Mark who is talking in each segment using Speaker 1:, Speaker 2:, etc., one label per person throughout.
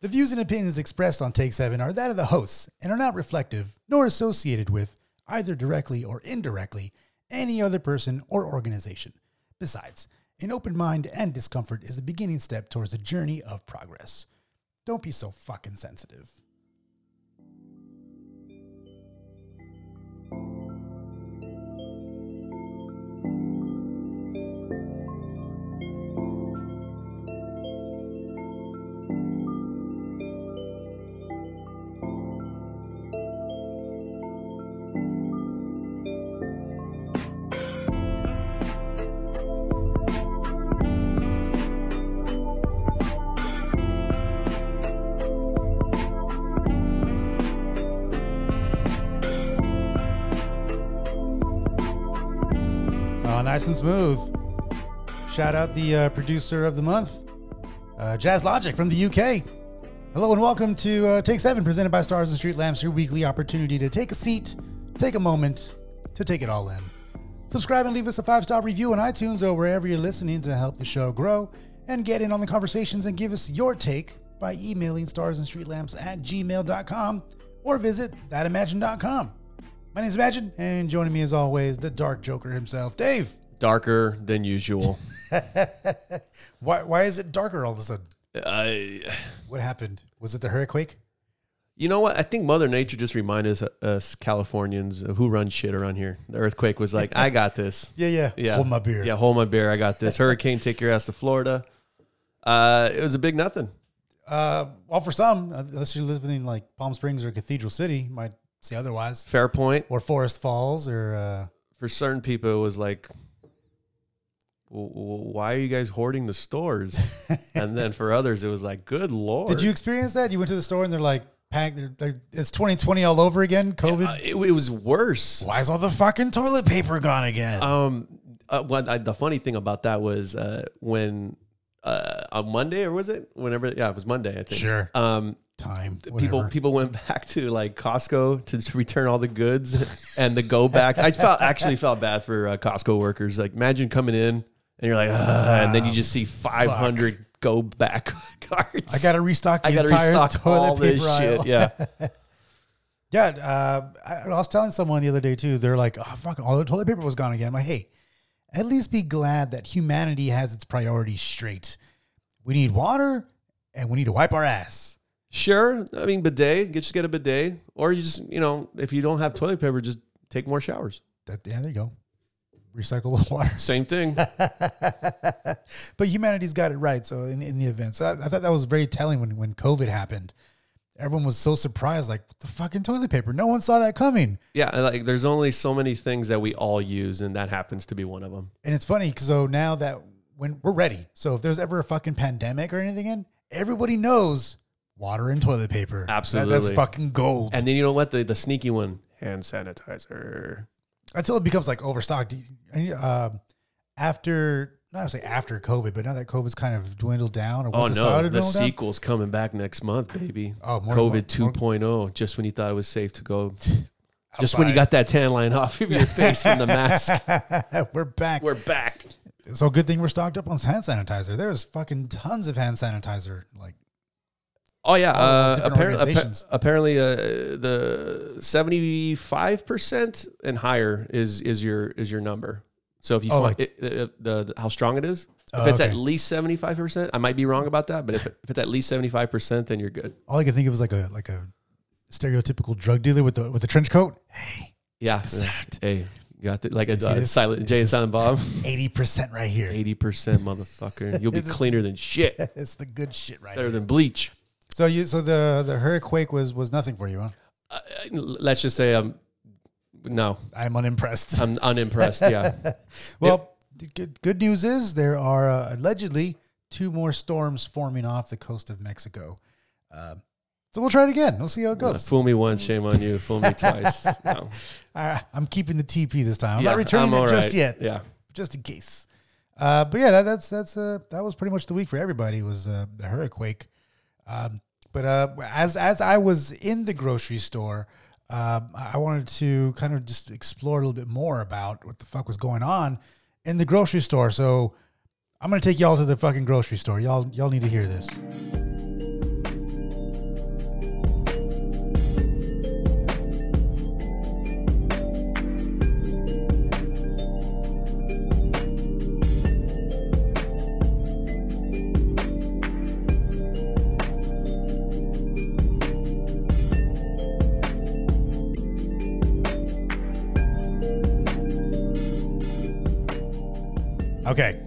Speaker 1: The views and opinions expressed on Take 7 are that of the hosts and are not reflective nor associated with, either directly or indirectly, any other person or organization. Besides, an open mind and discomfort is the beginning step towards a journey of progress. Don't be so fucking sensitive. Oh, nice and smooth. Shout out the uh, producer of the month, uh, Jazz Logic from the UK. Hello and welcome to uh, Take Seven, presented by Stars and Street Lamps, your weekly opportunity to take a seat, take a moment to take it all in. Subscribe and leave us a five star review on iTunes or wherever you're listening to help the show grow and get in on the conversations and give us your take by emailing starsandstreetlamps at gmail.com or visit thatimagine.com. My name's Imagine, and joining me as always, the Dark Joker himself, Dave.
Speaker 2: Darker than usual.
Speaker 1: Why, why is it darker all of a sudden?
Speaker 2: I,
Speaker 1: What happened? Was it the hurricane?
Speaker 2: you know what? I think Mother Nature just reminded us, us Californians of who runs shit around here. The earthquake was like, I got this.
Speaker 1: Yeah, yeah. Hold my beer.
Speaker 2: Yeah, hold my beer. I got this. Hurricane, take your ass to Florida. Uh, it was a big nothing.
Speaker 1: Uh, well, for some, unless you're living in like Palm Springs or Cathedral City, you might say otherwise,
Speaker 2: Fair point.
Speaker 1: or Forest Falls, or uh,
Speaker 2: For certain people, it was like, "W- w- why are you guys hoarding the stores? and then for others, it was like, good lord.
Speaker 1: did you experience that? You went to the store and they're like packed. They're, they're, it's 2020 all over again. COVID.
Speaker 2: Uh, it, it was worse.
Speaker 1: why is all the fucking toilet paper gone again?
Speaker 2: Um, uh, what I, the funny thing about that was uh, when uh, on Monday or was it whenever? Yeah, it was Monday. I think.
Speaker 1: Sure.
Speaker 2: Um,
Speaker 1: Time.
Speaker 2: people
Speaker 1: whatever.
Speaker 2: people went back to like Costco to, to return all the goods and the go back. I felt actually felt bad for uh, Costco workers. Like imagine coming in and you're like, "Ugh," and then you just see 500 go back cards.
Speaker 1: Ah, I gotta restock the
Speaker 2: I gotta
Speaker 1: entire
Speaker 2: restock
Speaker 1: toilet
Speaker 2: all
Speaker 1: paper
Speaker 2: this
Speaker 1: aisle.
Speaker 2: shit. Yeah.
Speaker 1: Yeah, uh, I, I was telling someone the other day too. They're like, "Oh fuck, all the toilet paper was gone again." I'm like, "Hey, at least be glad that humanity has its priorities straight. We need water, and we need to wipe our ass."
Speaker 2: Sure. I mean, bidet. Get just get a bidet, or you just you know if you don't have toilet paper, just take more showers.
Speaker 1: That, yeah, there you go. Recycle the water.
Speaker 2: Same thing.
Speaker 1: but humanity's got it right. So in, in the event, so I, I thought that was very telling when when COVID happened. Everyone was so surprised, like the fucking toilet paper. No one saw that coming.
Speaker 2: Yeah, and, like there's only so many things that we all use, and that happens to be one of them.
Speaker 1: And it's funny 'cause so now that when we're ready, so if there's ever a fucking pandemic or anything in, everybody knows water and toilet paper. That- that's
Speaker 2: Absolutely.
Speaker 1: fucking gold.
Speaker 2: And then you know what? The the sneaky one, hand sanitizer.
Speaker 1: Until it becomes like overstocked. Do you- I need, Uh, after, not to say after COVID, but now that COVID's kind of dwindled down or
Speaker 2: Oh
Speaker 1: once
Speaker 2: no,
Speaker 1: it started
Speaker 2: the
Speaker 1: dwindling down,
Speaker 2: sequel's coming back next month, baby.
Speaker 1: Oh, more-
Speaker 2: COVID
Speaker 1: more-
Speaker 2: 2.0. Just when you thought it was safe to go, just when
Speaker 1: Outside.
Speaker 2: you got that tan line off of your face from the mask,
Speaker 1: we're back.
Speaker 2: we're back.
Speaker 1: so good thing we're stocked up on hand sanitizer. There's fucking tons of hand sanitizer. Like,
Speaker 2: Oh yeah, uh,
Speaker 1: different
Speaker 2: apparently,
Speaker 1: organizations.
Speaker 2: apparently, uh, the seventy five percent and higher is is your is your number. So if you
Speaker 1: Oh, like-
Speaker 2: find it, it- the, the how strong it is, if
Speaker 1: Oh,
Speaker 2: it's
Speaker 1: okay.
Speaker 2: at least seventy five percent, I might be wrong about that, but if, if it's at least seventy five percent, then you're good.
Speaker 1: all I could think of was like a like a stereotypical drug dealer with the with a trench coat.
Speaker 2: Yeah.
Speaker 1: out.
Speaker 2: Hey, you got the, like a
Speaker 1: see
Speaker 2: uh,
Speaker 1: this?
Speaker 2: silent Jay and Silent Bob,
Speaker 1: Eighty percent right here.
Speaker 2: eighty percent, motherfucker. You'll be cleaner than shit,
Speaker 1: It's the good shit right
Speaker 2: better
Speaker 1: here.
Speaker 2: than bleach.
Speaker 1: So you so the the hurricane was was nothing for you, huh?
Speaker 2: Uh, let's just say I'm no,
Speaker 1: I'm unimpressed.
Speaker 2: I'm unimpressed. Um, Yeah.
Speaker 1: well, the good, good news is there are uh, allegedly two more storms forming off the coast of Mexico. Um, so we'll try it again. We'll see how it
Speaker 2: Uh,
Speaker 1: goes.
Speaker 2: fool me once, shame on you. Fool me twice. No.
Speaker 1: Uh, I'm keeping the TP this time. I'm
Speaker 2: Yeah,
Speaker 1: not returning
Speaker 2: I'm
Speaker 1: it
Speaker 2: all
Speaker 1: just
Speaker 2: right.
Speaker 1: yet,
Speaker 2: Yeah.
Speaker 1: just in case. Uh, but yeah, that, that's that's uh, that was pretty much the week for everybody was uh, the hurricane. Um, but uh, as as I was in the grocery store, um, I I wanted to kind of just explore a little bit more about what the fuck was going on in the grocery store. So I'm gonna take y'all to the fucking grocery store. Y'all y'all need to hear this. Okay.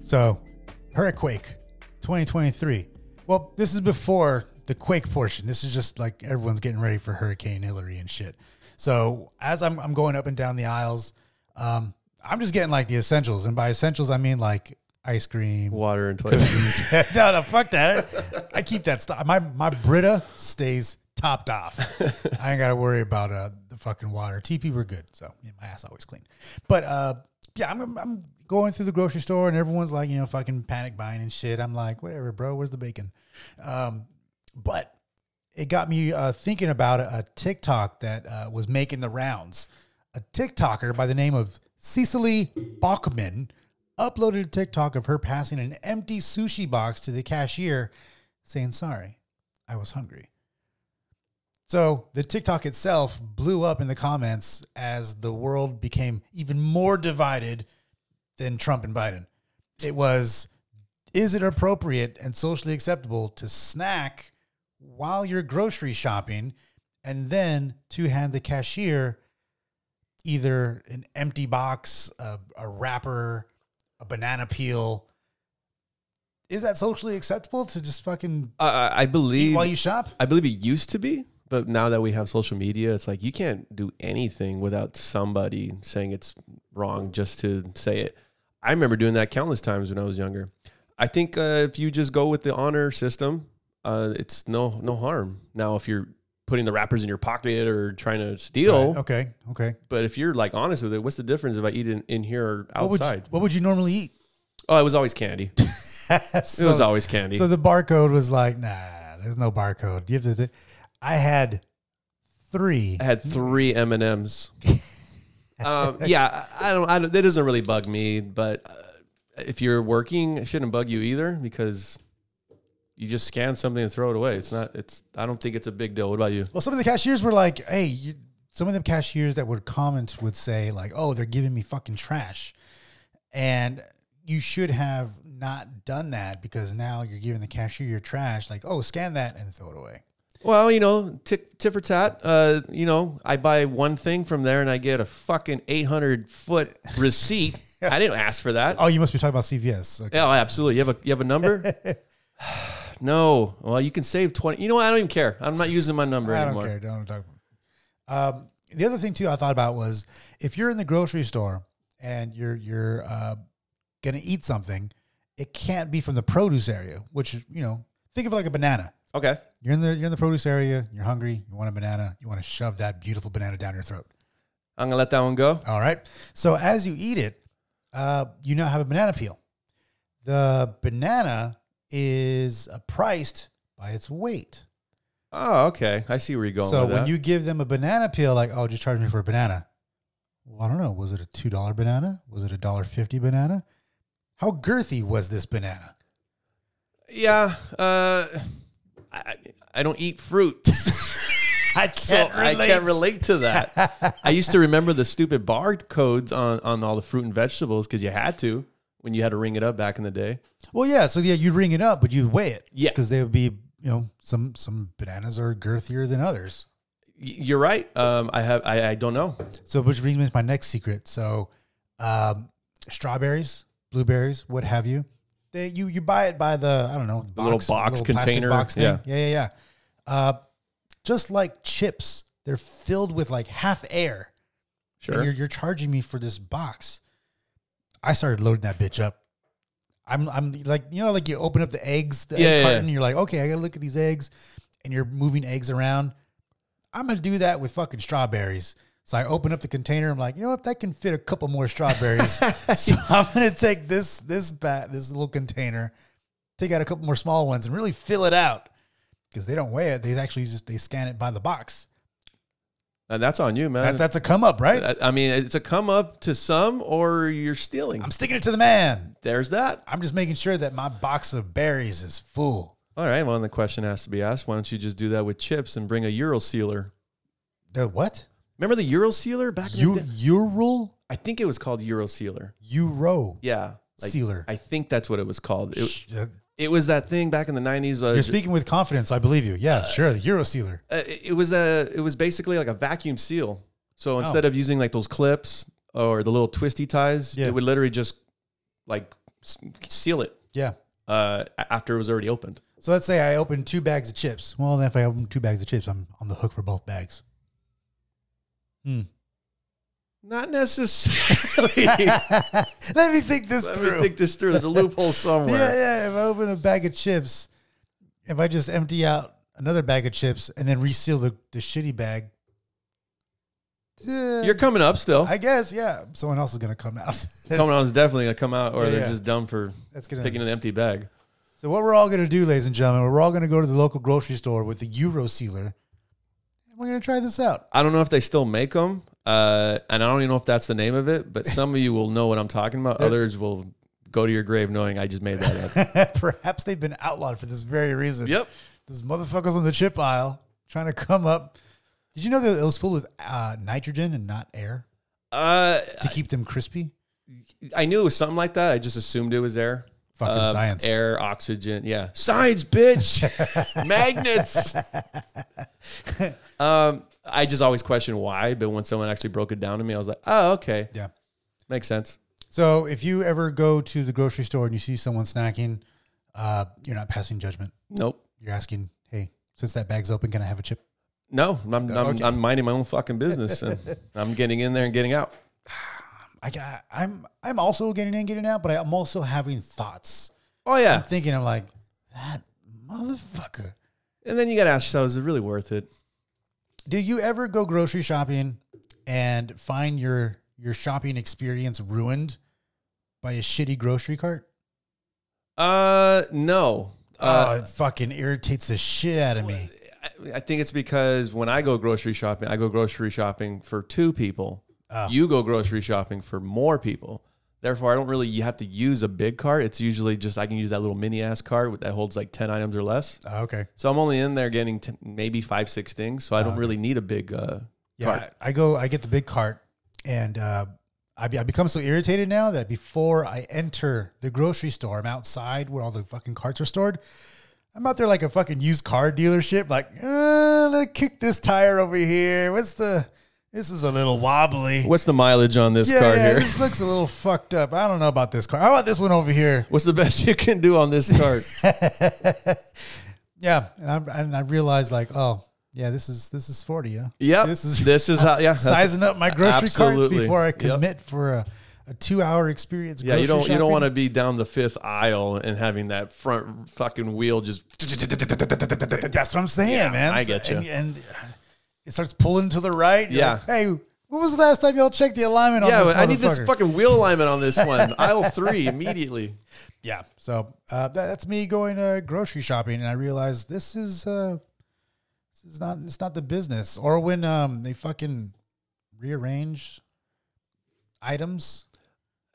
Speaker 1: So, Hurricane 2023. Well, this is before the quake portion. This is just like everyone's getting ready for Hurricane Hillary and shit. So, as I'm, I'm going up and down the aisles, um, I'm just getting like the essentials. And by essentials, I mean like ice cream,
Speaker 2: Water and toilet.
Speaker 1: cookies. no, no, fuck that. I keep that stuff. My my Brita stays topped off. I ain't got to worry about uh, the fucking water. TP, we're good. So yeah, my ass always clean. But uh, yeah, I'm I'm going through the grocery store and everyone's like, you know, fucking panic buying and shit. I'm like, whatever, bro. Where's the bacon? Um, but it got me uh, thinking about a, a TikTok that uh, was making the rounds. A TikToker by the name of Cecily Bachman uploaded a TikTok of her passing an empty sushi box to the cashier, saying, Sorry, I was hungry. So the TikTok itself blew up in the comments as the world became even more divided than Trump and Biden. It was, is it appropriate and socially acceptable to snack while you're grocery shopping and then to hand the cashier either an empty box, a, a wrapper, a banana peel? Is that socially acceptable to just fucking
Speaker 2: I, I- I believe.
Speaker 1: while you shop?
Speaker 2: I believe it used to be, but now that we have social media, it's like you can't do anything without somebody saying it's wrong just to say it. I remember doing that countless times when I was younger. I think uh, if you just go with the honor system, uh, it's no no harm. Now, if you're putting the wrappers in your pocket or trying to steal,
Speaker 1: Right, Okay. Okay.
Speaker 2: but if you're like honest with it, what's the difference if I eat in, in here or
Speaker 1: What would, you,
Speaker 2: outside?
Speaker 1: what would you normally eat?
Speaker 2: Oh, it was always candy. It
Speaker 1: so,
Speaker 2: was always candy.
Speaker 1: so the barcode was like, nah, there's no barcode. You have to. th- I had three.
Speaker 2: I had three M and M's. Um, yeah, I I don't, I don't. That doesn't really bug me, but uh, if you're working, it shouldn't bug you either because you just scan something and throw it away. It's not. It's. I don't think it's a big deal. What about you?
Speaker 1: Well, some of the cashiers were like, hey, you, some of the cashiers that would comment would say, like, oh, they're giving me fucking trash. And you should have not done that because now you're giving the cashier your trash, like, oh, scan that and throw it away.
Speaker 2: Well, you know, tick, tit for tat. Uh, you know, I buy one thing from there and I get a fucking eight hundred foot receipt. I didn't ask for that.
Speaker 1: Oh, you must be talking about CVS. Okay.
Speaker 2: Yeah, oh, absolutely. You have a you have a number? no. Well, you can save twenty. You know what? I don't even care. I'm not using my number
Speaker 1: I
Speaker 2: anymore.
Speaker 1: don't care. Don't talk. Um, the other thing too, I thought about was if you're in the grocery store and you're you're uh, gonna eat something, it can't be from the produce area. Which is, you know, think of it like a banana.
Speaker 2: Okay.
Speaker 1: You're in the you're in the produce area. You're hungry. You want a banana. You want to shove that beautiful banana down your throat.
Speaker 2: I'm gonna let that one go.
Speaker 1: All right. So as you eat it, uh, you now have a banana peel. The banana is uh, priced by its weight.
Speaker 2: Oh, okay. I see where you're going.
Speaker 1: So
Speaker 2: with
Speaker 1: when
Speaker 2: that.
Speaker 1: you give them a banana peel, like, oh, just charge me for a banana. Well, I don't know. Was it a two dollar banana? Was it a dollar fifty banana? How girthy was this banana?
Speaker 2: yeah, uh, I, I don't eat fruit, so
Speaker 1: I can't
Speaker 2: I can't relate to that. I used to remember the stupid bar codes on on all the fruit and vegetables because you had to when you had to ring it up back in the day.
Speaker 1: Well, yeah. So yeah, you ring it up, but you weigh it.
Speaker 2: Yeah.
Speaker 1: because they would be, you know, some some bananas are girthier than others.
Speaker 2: Y- You're right. Um, I have. I, I don't know.
Speaker 1: So, which brings me to my next secret. So, um, strawberries, blueberries, what have you, they you you buy it by the I don't know
Speaker 2: little box
Speaker 1: plastic
Speaker 2: container,
Speaker 1: thing.
Speaker 2: yeah.
Speaker 1: yeah, yeah, yeah. Uh, just like chips, they're filled with like half air. And
Speaker 2: Sure.
Speaker 1: you're, you're charging me for this box. I started loading that bitch up. I'm I'm like you know like you open up the eggs, the
Speaker 2: Yeah,
Speaker 1: egg
Speaker 2: yeah,
Speaker 1: carton, you're like okay, I gotta look at these eggs, and you're moving eggs around. I'm gonna do that with fucking strawberries. So I open up the container. I'm like, you know what? That can fit a couple more strawberries. so I'm gonna take this this bat this little container, take out a couple more small ones, and really fill it out because they don't weigh it. They actually just they scan it by the box.
Speaker 2: And Uh, that's on you, man.
Speaker 1: That, that's a come up, right?
Speaker 2: I I mean, it's a come up to some, or you're stealing.
Speaker 1: I'm sticking it to the man.
Speaker 2: There's that.
Speaker 1: I'm just making sure that my box of berries is full.
Speaker 2: All right. Well, then the question has to be asked. Why don't you just do that with chips and bring a Euro sealer?
Speaker 1: The what?
Speaker 2: Remember the Euro sealer back in the
Speaker 1: You
Speaker 2: day?
Speaker 1: Ural
Speaker 2: I think it was called Euro sealer.
Speaker 1: Euro
Speaker 2: Yeah. Like,
Speaker 1: sealer.
Speaker 2: I think that's what it was called. It,
Speaker 1: Shh, uh,
Speaker 2: it was that thing back in the 90s. Uh,
Speaker 1: You're speaking with confidence. I believe you. Yeah, sure. The Euro sealer.
Speaker 2: uh, it was a, it was basically like a vacuum seal. Oh. So instead of using like those clips or the little twisty ties,
Speaker 1: Yeah.
Speaker 2: it would literally just like s- seal it
Speaker 1: Yeah.
Speaker 2: uh, a- after it was already opened.
Speaker 1: So let's say I open two bags of chips. Well, then if I open two bags of chips, I'm on the hook for both bags. Hmm.
Speaker 2: Not necessarily. Let
Speaker 1: Let me think this
Speaker 2: me
Speaker 1: through.
Speaker 2: think this through. There's a loophole somewhere.
Speaker 1: yeah, yeah. If I open a bag of chips, if I just empty out another bag of chips and then reseal the, the shitty bag, eh,
Speaker 2: You're coming up still.
Speaker 1: I guess, yeah. Someone else is gonna come out.
Speaker 2: coming out is definitely gonna come out, or
Speaker 1: Yeah,
Speaker 2: they're
Speaker 1: yeah.
Speaker 2: just dumb for
Speaker 1: That's gonna.
Speaker 2: picking an empty bag.
Speaker 1: So what we're all gonna do, ladies and gentlemen, we're all gonna go to the local grocery store with the Euro sealer, and we're gonna try this out.
Speaker 2: I don't know if they still make them, uh, and I don't even know if that's the name of it. But some of you will know what I'm talking about. Others will go to your grave knowing I just made that up.
Speaker 1: Perhaps they've been outlawed for this very reason.
Speaker 2: yep.
Speaker 1: Those motherfuckers on the chip aisle trying to come up. Did you know that it was filled with uh, nitrogen and not air
Speaker 2: Uh,
Speaker 1: to keep them crispy?
Speaker 2: I knew it was something like that. I just assumed it was air.
Speaker 1: Fucking
Speaker 2: Uh,
Speaker 1: science.
Speaker 2: Air, oxygen. Yeah. Science, bitch. Magnets. um, I just always question why, but when someone actually broke it down to me, I was like, oh, okay.
Speaker 1: Yeah.
Speaker 2: Makes sense.
Speaker 1: So if you ever go to the grocery store and you see someone snacking, uh, you're not passing judgment.
Speaker 2: Nope.
Speaker 1: You're asking, hey, since that bag's open, can I have a chip?
Speaker 2: No, I'm, I'm,
Speaker 1: Okay.
Speaker 2: I'm minding my own fucking business. And I'm getting in there and getting out.
Speaker 1: I got, I'm I'm also getting in, getting out, but I'm also having thoughts.
Speaker 2: Oh, yeah.
Speaker 1: Thinking I'm like, that motherfucker.
Speaker 2: And then you got to ask yourself, is it really worth it?
Speaker 1: Do you ever go grocery shopping and find your your shopping experience ruined by a shitty grocery cart?
Speaker 2: Uh, no.
Speaker 1: oh,
Speaker 2: Uh,
Speaker 1: it fucking irritates the shit out of me.
Speaker 2: I, I think it's because when I go grocery shopping, I go grocery shopping for two people.
Speaker 1: Oh.
Speaker 2: You go grocery shopping for more people. Therefore, I don't really you have to use a big cart. It's usually just I can use that little mini ass cart with- that holds like 10 items or less.
Speaker 1: Oh, okay.
Speaker 2: So I'm only in there getting t- maybe five, six things. So I
Speaker 1: Ah.
Speaker 2: don't really need a big uh,
Speaker 1: Yeah,
Speaker 2: cart.
Speaker 1: I I go, I get the big cart, and uh, I, be, I become so irritated now that before I enter the grocery store, I'm outside where all the fucking carts are stored. I'm out there like a fucking used car dealership, like, uh, let's kick this tire over here. What's the, this is a little wobbly.
Speaker 2: What's the mileage on this
Speaker 1: yeah,
Speaker 2: cart
Speaker 1: yeah,
Speaker 2: here?
Speaker 1: this looks a little fucked up. I don't know about this car. How about this one over here?
Speaker 2: What's the best you can do on this cart?
Speaker 1: Yeah, and I and I realized like, oh, yeah, this is this is forty, yeah.
Speaker 2: yep.
Speaker 1: This is
Speaker 2: this is how yeah. that's-
Speaker 1: sizing up my grocery carts
Speaker 2: Absolutely.
Speaker 1: before I
Speaker 2: Yep.
Speaker 1: commit for a, a two hour experience.
Speaker 2: Yeah, you don't
Speaker 1: grocery
Speaker 2: you don't
Speaker 1: shopping.
Speaker 2: want to be down the fifth aisle and having that front fucking wheel just
Speaker 1: That's what I'm saying, man.
Speaker 2: I get
Speaker 1: And,
Speaker 2: you.
Speaker 1: and it starts pulling to the right. You're
Speaker 2: Yeah.
Speaker 1: like, hey, when was the last time y'all checked the alignment
Speaker 2: yeah.
Speaker 1: on this
Speaker 2: I need this
Speaker 1: motherfucker?"
Speaker 2: fucking wheel alignment on this one aisle three immediately.
Speaker 1: yeah. So uh, that, that's me going uh, grocery shopping, and I realized this is uh, this is not it's not the business. Or when um, they fucking rearrange items,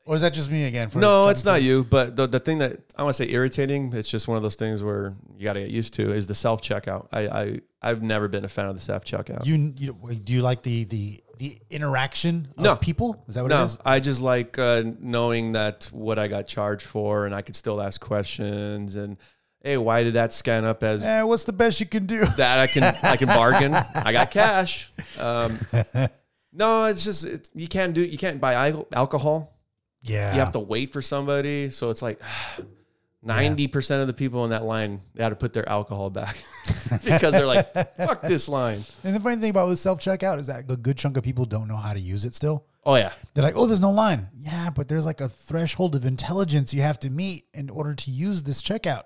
Speaker 1: or is that just me again? For
Speaker 2: No, it's not you. But the, the thing that I want to say irritating, it's just one of those things where you got to get used to is the self checkout. I, I I've never been a fan of the self checkout.
Speaker 1: You, you do you like the the the interaction of
Speaker 2: No.
Speaker 1: people? Is that what it
Speaker 2: No,
Speaker 1: is?
Speaker 2: I just like uh, knowing that what I got charged for, and I could still ask questions. And hey, why did that scan up as
Speaker 1: Eh, what's the best you can do?
Speaker 2: that I can I can bargain. I got cash. Um, no, it's just it's, you can't do you can't buy al- alcohol.
Speaker 1: Yeah,
Speaker 2: You have to wait for somebody. So it's like ninety percent of the people in that line they had to put their alcohol back because they're like fuck this line.
Speaker 1: And the funny thing about with self checkout is that a good chunk of people don't know how to use it still.
Speaker 2: Oh yeah,
Speaker 1: They're like, oh, there's no line. Yeah, but there's like a threshold of intelligence you have to meet in order to use this checkout.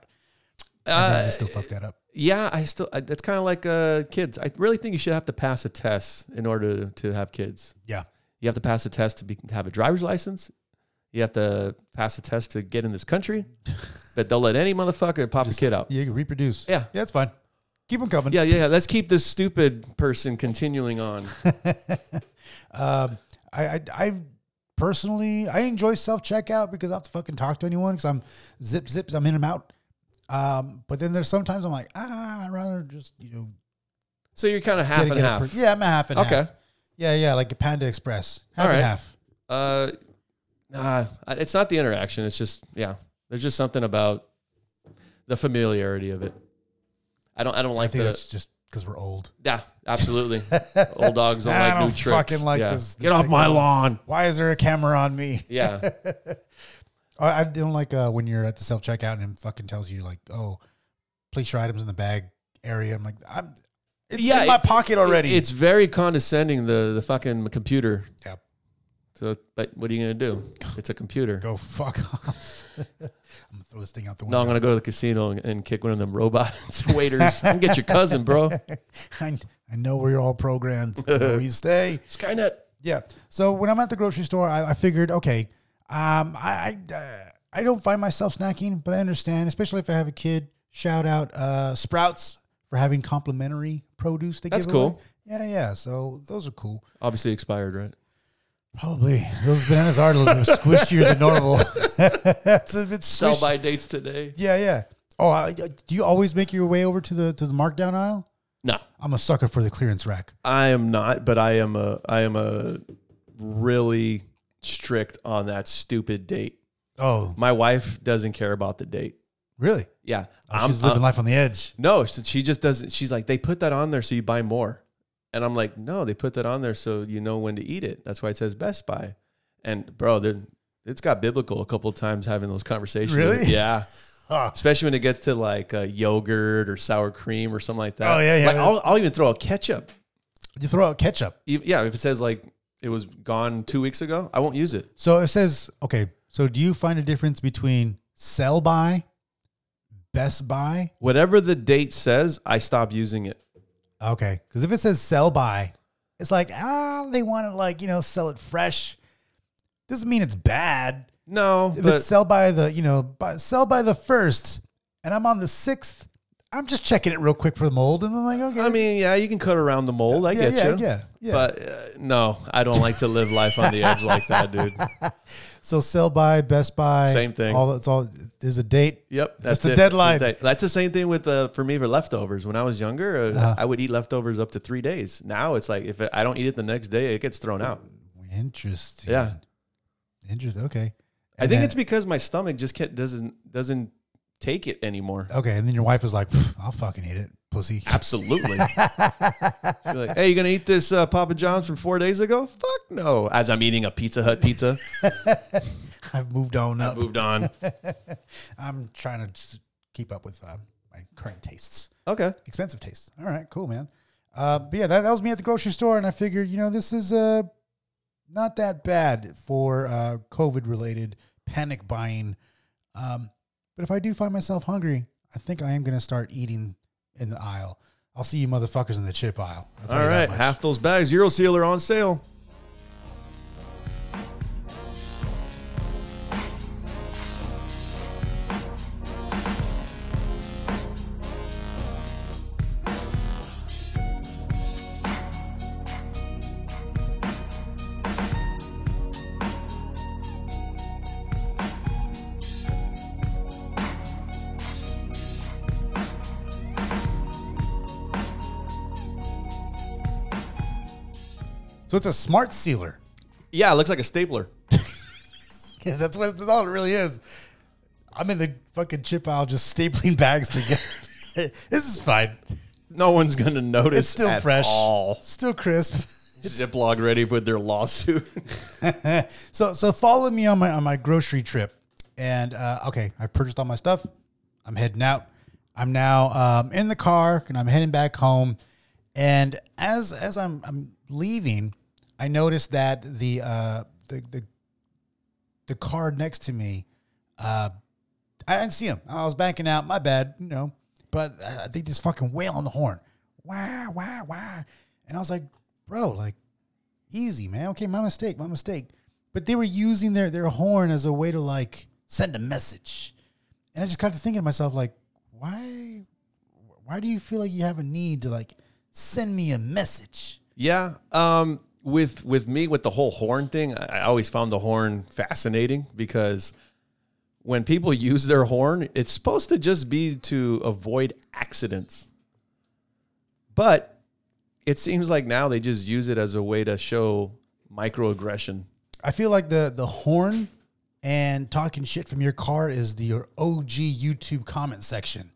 Speaker 1: And then
Speaker 2: uh,
Speaker 1: they still fuck that up.
Speaker 2: yeah. I still I, that's kind of like uh, kids. I really think you should have to pass a test in order to have kids.
Speaker 1: Yeah.
Speaker 2: You have to pass a test to, be, to have a driver's license. You have to pass a test to get in this country. But they'll let any motherfucker pop a kid out.
Speaker 1: Yeah, you can reproduce.
Speaker 2: Yeah.
Speaker 1: Yeah, it's fine. Keep them coming.
Speaker 2: Yeah, yeah, yeah. Let's keep this stupid person continuing on.
Speaker 1: Um, I, I, I personally, I enjoy self checkout because I don't have to fucking talk to anyone because I'm zip zips. I'm in and out. Um, but then there's sometimes I'm like, ah, I'd rather just, you know,
Speaker 2: So you're kind of half and
Speaker 1: a
Speaker 2: half.
Speaker 1: per- yeah, I'm a half and half.
Speaker 2: Okay.
Speaker 1: Yeah, yeah, like a Panda Express. Half
Speaker 2: All
Speaker 1: and
Speaker 2: right.
Speaker 1: half.
Speaker 2: Uh, nah, it's not the interaction. It's just yeah. There's just something about the familiarity of it. I don't. I don't
Speaker 1: I
Speaker 2: like
Speaker 1: think
Speaker 2: the.
Speaker 1: that's just because we're old.
Speaker 2: Yeah, absolutely. Old dogs don't
Speaker 1: I
Speaker 2: like new
Speaker 1: don't
Speaker 2: tricks.
Speaker 1: fucking like
Speaker 2: Yeah.
Speaker 1: this- this
Speaker 2: Get off my
Speaker 1: technology.
Speaker 2: lawn.
Speaker 1: Why is there a camera on me?
Speaker 2: Yeah.
Speaker 1: I I don't like uh, when you're at the self checkout and it fucking tells you like, oh, place your items in the bag area. I'm like, I'm it's
Speaker 2: Yeah,
Speaker 1: in my
Speaker 2: it-
Speaker 1: pocket already.
Speaker 2: It's very condescending the the fucking computer.
Speaker 1: Yeah.
Speaker 2: So, but what are you gonna do? It's a computer.
Speaker 1: go fuck off. I'm gonna throw this thing out the
Speaker 2: No,
Speaker 1: window.
Speaker 2: I'm gonna go to the casino and, and kick one of them robots waiters and get your cousin, bro.
Speaker 1: I, I know where you're all programmed. I know where you stay.
Speaker 2: Skynet.
Speaker 1: Yeah. So when I'm at the grocery store, I, I figured, okay, um, I I, uh, I don't find myself snacking, but I understand, especially if I have a kid. Shout out uh, Sprouts for having complimentary produce. They
Speaker 2: That's
Speaker 1: give
Speaker 2: cool.
Speaker 1: Away. Yeah, yeah. So those are cool.
Speaker 2: Obviously expired, right?
Speaker 1: Probably those bananas are a little bit squishier than normal. That's a bit
Speaker 2: Sell
Speaker 1: squishy.
Speaker 2: by dates today.
Speaker 1: Yeah, yeah. Oh, I, I- do you always make your way over to the to the markdown aisle?
Speaker 2: No,
Speaker 1: I'm a sucker for the clearance rack.
Speaker 2: I am not. But I am a I am a really strict on that stupid date.
Speaker 1: Oh,
Speaker 2: My wife doesn't care about the date.
Speaker 1: really?
Speaker 2: Yeah,
Speaker 1: Oh, she's living life on the edge.
Speaker 2: No, so she just doesn't. She's like, they put that on there so you buy more. And I'm like, no, they put that on there so you know when to eat it. That's why it says Best Buy. And bro, they're- it's got biblical a couple of times having those conversations.
Speaker 1: Really?
Speaker 2: Yeah.
Speaker 1: Ah.
Speaker 2: Especially when it gets to like uh, yogurt or sour cream or something like that.
Speaker 1: Oh, yeah, yeah.
Speaker 2: Like, I'll, I'll even throw a ketchup.
Speaker 1: You throw out ketchup.
Speaker 2: E- Yeah, if it says like it was gone two weeks ago, I won't use it.
Speaker 1: So it says, okay, so do you find a difference between sell by, best buy?
Speaker 2: Whatever the date says, I stop using it.
Speaker 1: Okay. Because if it says sell by, it's like, ah, they want to, like, you know, sell it fresh. Doesn't mean it's bad.
Speaker 2: No,
Speaker 1: If
Speaker 2: but
Speaker 1: it's sell by the, you know, by, sell by the first, and I'm on the sixth, I'm just checking it real quick for the mold, and I'm like, okay.
Speaker 2: I mean, yeah, you can cut around the mold. I
Speaker 1: yeah,
Speaker 2: get
Speaker 1: yeah,
Speaker 2: you.
Speaker 1: yeah, yeah.
Speaker 2: But uh, no, I don't like to live life on the edge like that, dude.
Speaker 1: so sell by, best buy,
Speaker 2: Same thing.
Speaker 1: All it's all there's a date.
Speaker 2: Yep, that's,
Speaker 1: the
Speaker 2: it.
Speaker 1: deadline.
Speaker 2: That- That's the same thing with uh, for me for leftovers. When I was younger, uh,
Speaker 1: Uh-huh.
Speaker 2: I would eat leftovers up to three days. Now it's like if I don't eat it the next day, it gets thrown out.
Speaker 1: Interesting.
Speaker 2: Yeah,
Speaker 1: Interesting. Okay.
Speaker 2: I think
Speaker 1: then-
Speaker 2: it's because my stomach just can't, doesn't doesn't take it anymore.
Speaker 1: Okay, and then your wife was like, "Pff, "I'll fucking eat it, pussy."
Speaker 2: Absolutely. You're like, hey, you gonna eat this uh, Papa John's from four days ago? Fuck no. As I'm eating a Pizza Hut pizza,
Speaker 1: I've moved on up.
Speaker 2: moved on.
Speaker 1: I'm trying to s- keep up with uh, my current tastes,
Speaker 2: Okay.
Speaker 1: expensive tastes. All right, cool, man. Uh, but yeah, that, that was me at the grocery store, and I figured, you know, this is uh, not that bad for uh, COVID-related panic buying. Um, but if I do find myself hungry, I think I am going to start eating in the aisle. I'll see you motherfuckers in the chip aisle. I'll tell
Speaker 2: All
Speaker 1: you that
Speaker 2: right,
Speaker 1: much.
Speaker 2: half those bags. Euro Seal are on sale.
Speaker 1: So it's a smart sealer.
Speaker 2: Yeah, it looks like a stapler.
Speaker 1: Yeah, that's what that's all it really is. I'm in the fucking chip aisle just stapling bags together. this is fine.
Speaker 2: No one's gonna notice.
Speaker 1: It's still
Speaker 2: at
Speaker 1: fresh.
Speaker 2: All.
Speaker 1: Still crisp.
Speaker 2: Ziploc ready with their lawsuit.
Speaker 1: so so follow me on my on my grocery trip. And uh, okay, I've purchased all my stuff. I'm heading out. I'm now um, in the car and I'm heading back home. And as as I'm I'm leaving, I noticed that the uh, the, the the car next to me, uh, I didn't see him. I was backing out. My bad, you know. But uh, they just fucking wail on the horn. Why, why, why? And I was like, bro, like easy, man. Okay, my mistake, my mistake. But they were using their their horn as a way to like send a message. And I just got to thinking to myself, like, why why do you feel like you have a need to like send me a message?
Speaker 2: yeah. Um. With with me with the whole horn thing, I I always found the horn fascinating because when people use their horn, it's supposed to just be to avoid accidents. But it seems like now they just use it as a way to show microaggression.
Speaker 1: I feel like the the horn and talking shit from your car is the your OG YouTube comment section.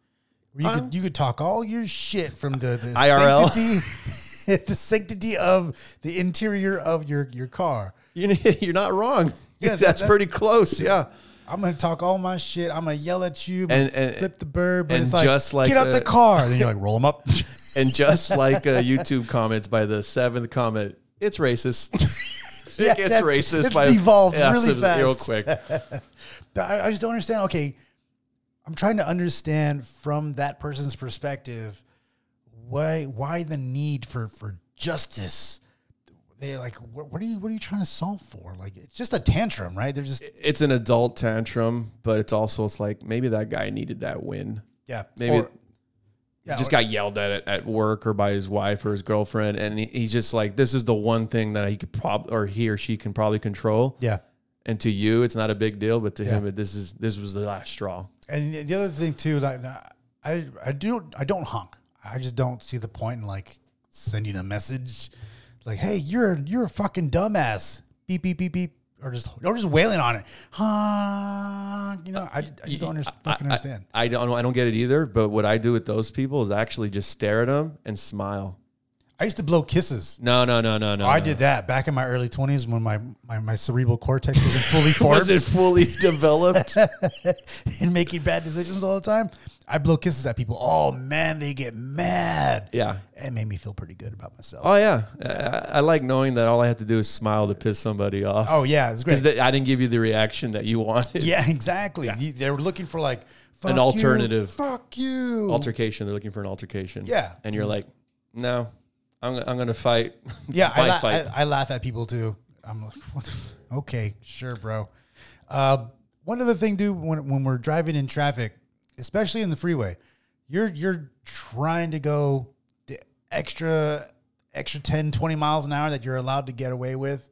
Speaker 1: Where you could you could talk all your shit from the, the
Speaker 2: IRL.
Speaker 1: sanctity the sanctity of the interior of your your car.
Speaker 2: You're, you're not wrong.
Speaker 1: Yeah,
Speaker 2: that's
Speaker 1: that-
Speaker 2: pretty close. Yeah.
Speaker 1: I'm gonna talk all my shit. I'm gonna yell at you,
Speaker 2: And-
Speaker 1: and,
Speaker 2: and-
Speaker 1: flip the bird. But
Speaker 2: and
Speaker 1: it's like,
Speaker 2: just like
Speaker 1: get out
Speaker 2: the-
Speaker 1: the car. Then you're like, roll them up.
Speaker 2: And just like uh, YouTube comments by the seventh comment, it's racist. it
Speaker 1: Yeah,
Speaker 2: gets
Speaker 1: that-
Speaker 2: racist.
Speaker 1: it's devolved really
Speaker 2: absolutely, Real
Speaker 1: fast.
Speaker 2: quick.
Speaker 1: I, I just don't understand. Okay, I'm trying to understand from that person's perspective why why the need for for justice. They're like, what, what are you what are you trying to solve for? Like, it's just a tantrum, right? They're just
Speaker 2: It's an adult tantrum, but it's also it's like maybe that guy needed that win.
Speaker 1: yeah,
Speaker 2: Maybe
Speaker 1: or- yeah, or-
Speaker 2: just got yelled at at- at work or by his wife or his girlfriend, and he, he's just like, this is the one thing that he could probably or he or she can probably control.
Speaker 1: yeah.
Speaker 2: And to you, it's not a big deal, but to him, it- this is this was the last straw.
Speaker 1: And the other thing too, like I I do I don't honk. I just don't see the point in like sending a message like, "Hey, you're you're a fucking dumbass." Beep beep beep beep, or just or just wailing on it. Honk. You know, I, I just don't under, fucking understand.
Speaker 2: I, I don't I don't get it either. But what I do with those people is actually just stare at them and smile.
Speaker 1: I used to blow kisses.
Speaker 2: No, no, no, no, no.
Speaker 1: I
Speaker 2: no.
Speaker 1: did that back in my early twenties when my, my, my cerebral cortex wasn't fully formed
Speaker 2: Was it fully developed?
Speaker 1: and making bad decisions all the time. I blow kisses at people. Oh man, they get mad.
Speaker 2: Yeah.
Speaker 1: it made me feel pretty good about myself.
Speaker 2: Oh yeah, I, I- I like knowing that all I have to do is smile to piss somebody off.
Speaker 1: Oh yeah, it's great.
Speaker 2: Because I didn't give you the reaction that you wanted.
Speaker 1: Yeah, exactly. You, they were looking for like fuck
Speaker 2: An
Speaker 1: you,
Speaker 2: alternative.
Speaker 1: fuck you.
Speaker 2: Altercation. They're looking for an altercation.
Speaker 1: Yeah.
Speaker 2: And you're like, no, I'm, I'm gonna fight.
Speaker 1: yeah, I,
Speaker 2: My
Speaker 1: la-
Speaker 2: fight.
Speaker 1: I, I laugh at people too. I'm like, what the f- okay, sure, bro. Uh, one other thing, dude, when when we're driving in traffic, especially in the freeway, you're you're trying to go the extra extra 10, 20 miles an hour that you're allowed to get away with.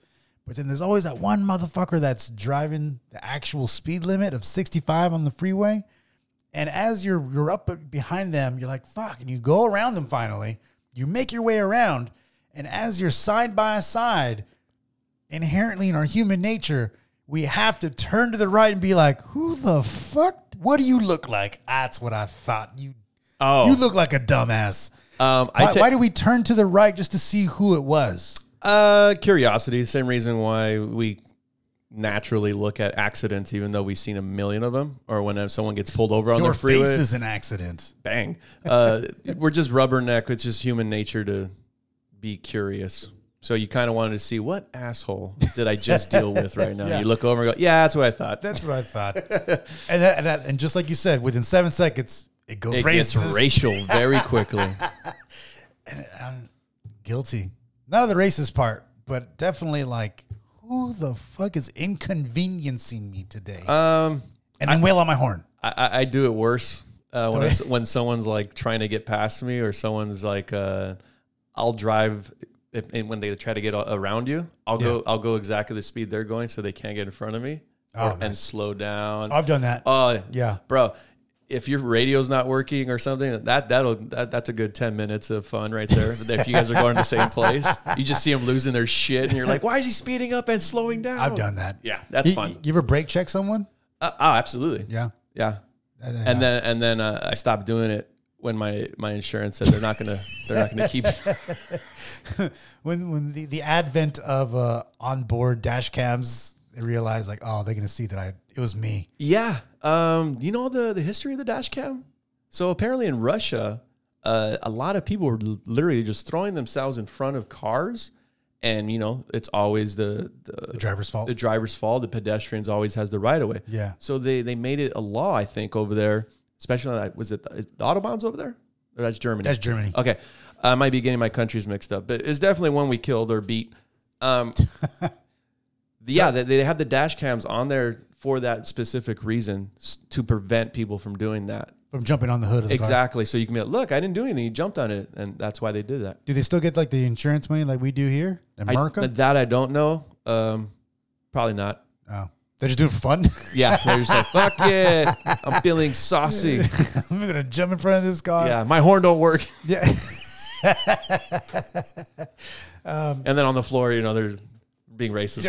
Speaker 1: But then there's always that one motherfucker that's driving the actual speed limit of 65 on the freeway. And as you're you're up behind them, you're like, fuck, and you go around them finally. You make your way around, and as you're side by side, inherently in our human nature, we have to turn to the right and be like, who the fuck? What do you look like? That's what I thought. You
Speaker 2: oh,
Speaker 1: you look like a dumbass.
Speaker 2: um, I
Speaker 1: Why,
Speaker 2: ta-
Speaker 1: why do we turn to the right just to see who it was?
Speaker 2: Uh, curiosity. Same reason why we naturally look at accidents, even though we've seen a million of them, or when uh, someone gets pulled over on
Speaker 1: Your
Speaker 2: the freeway.
Speaker 1: face is an accident.
Speaker 2: Bang. Uh, we're just rubberneck. It's just human nature to be curious. So you kind of wanted to see what asshole did I just deal with right now? You look over and go, yeah, that's what I thought.
Speaker 1: That's what I thought. and, that, and, that, and just like you said, within seven seconds, it goes
Speaker 2: it gets
Speaker 1: racist.
Speaker 2: racial very quickly.
Speaker 1: I'm guilty. Not of the racist part, but definitely like, who the fuck is inconveniencing me today?
Speaker 2: um,
Speaker 1: and then wail on my horn.
Speaker 2: I, I- I do it worse uh, when it's, when someone's like trying to get past me, or someone's like, uh, I'll drive. If, and when they try to get a- around you, I'll go. I'll go exactly the speed they're going, so they can't get in front of me, or, and slow down.
Speaker 1: I've done that.
Speaker 2: Oh
Speaker 1: Oh, Yeah.
Speaker 2: bro. If your radio's not working or something, that that'll that, that's a good ten minutes of fun right there. if you guys are going to the same place, you just see them losing their shit, and you're like, "Why is he speeding up and slowing down?"
Speaker 1: I've done that.
Speaker 2: Yeah, that's
Speaker 1: you,
Speaker 2: fun.
Speaker 1: You ever brake check someone?
Speaker 2: Uh, oh, absolutely.
Speaker 1: Yeah. Uh,
Speaker 2: yeah.
Speaker 1: And
Speaker 2: And then and then uh, I stopped doing it when my my insurance said they're not gonna they're not gonna keep.
Speaker 1: when when the, the advent of uh, onboard dash cams, they realize like, oh, they're gonna see that I it was me.
Speaker 2: yeah. Um. You know the the history of the dash cam. So apparently in Russia, uh, a lot of people were l- literally just throwing themselves in front of cars, and you know it's always the
Speaker 1: The
Speaker 2: the,
Speaker 1: driver's fault.
Speaker 2: the driver's fault. The pedestrians always has the right of way.
Speaker 1: Yeah.
Speaker 2: So they they made it a law, I think, over there. Especially on- was it the, is the autobahns over there? Or that's Germany.
Speaker 1: That's Germany.
Speaker 2: Okay, I might be getting my countries mixed up, but it's definitely one we killed or beat. Um, yeah, they, they have the dash cams on there for that specific reason s- to prevent people from doing that.
Speaker 1: From jumping on the hood of the car.
Speaker 2: Exactly. So you can be like, look, I didn't do anything. You jumped on it, and that's why they did that.
Speaker 1: Do they still get like the insurance money like we do here in
Speaker 2: I,
Speaker 1: America?
Speaker 2: that I don't know. Um, probably not.
Speaker 1: oh, they just do it for fun.
Speaker 2: Yeah, they're just like, fuck it, I'm feeling saucy.
Speaker 1: I'm gonna jump in front of this car.
Speaker 2: Yeah, my horn don't work.
Speaker 1: yeah.
Speaker 2: And then on the floor, you know, they're being racist.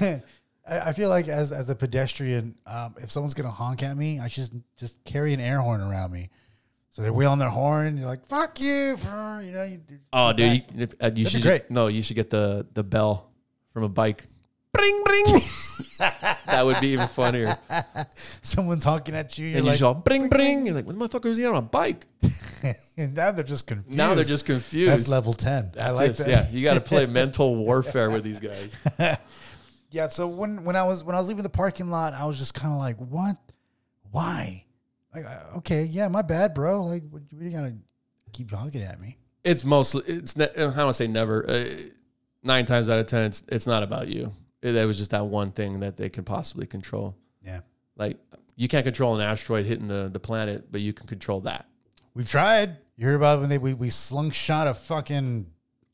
Speaker 1: I I feel like as as a pedestrian, um, if someone's gonna honk at me, I should just just carry an air horn around me. So they're wailing their horn. You're like, "Fuck you!" brr," You know, you,
Speaker 2: Oh, dude, you, uh, you should
Speaker 1: great.
Speaker 2: no, you should get the the bell from a bike. bring, bring. that would be even funnier.
Speaker 1: Someone's honking at you. You're
Speaker 2: And you
Speaker 1: like,
Speaker 2: just all bring, bring. You're like, what the motherfucker was he on a bike?
Speaker 1: and now they're just confused.
Speaker 2: Now they're just confused.
Speaker 1: That's level ten. I
Speaker 2: That's
Speaker 1: like
Speaker 2: it.
Speaker 1: that.
Speaker 2: Yeah, you got to play mental warfare with these guys.
Speaker 1: Yeah, so when when I was when I was leaving the parking lot, I was just kind of like, "What? Why? Like, uh, okay, yeah, my bad, bro. Like, what, you really gotta keep honking at me."
Speaker 2: It's mostly it's ne- I want to say never. Uh, nine times out of ten, it's it's not about you. It, that was just that one thing that they can possibly control.
Speaker 1: Yeah,
Speaker 2: Like you can't control an asteroid hitting the, the planet, but you can control that.
Speaker 1: we've tried. You hear about when they we we slung shot a fucking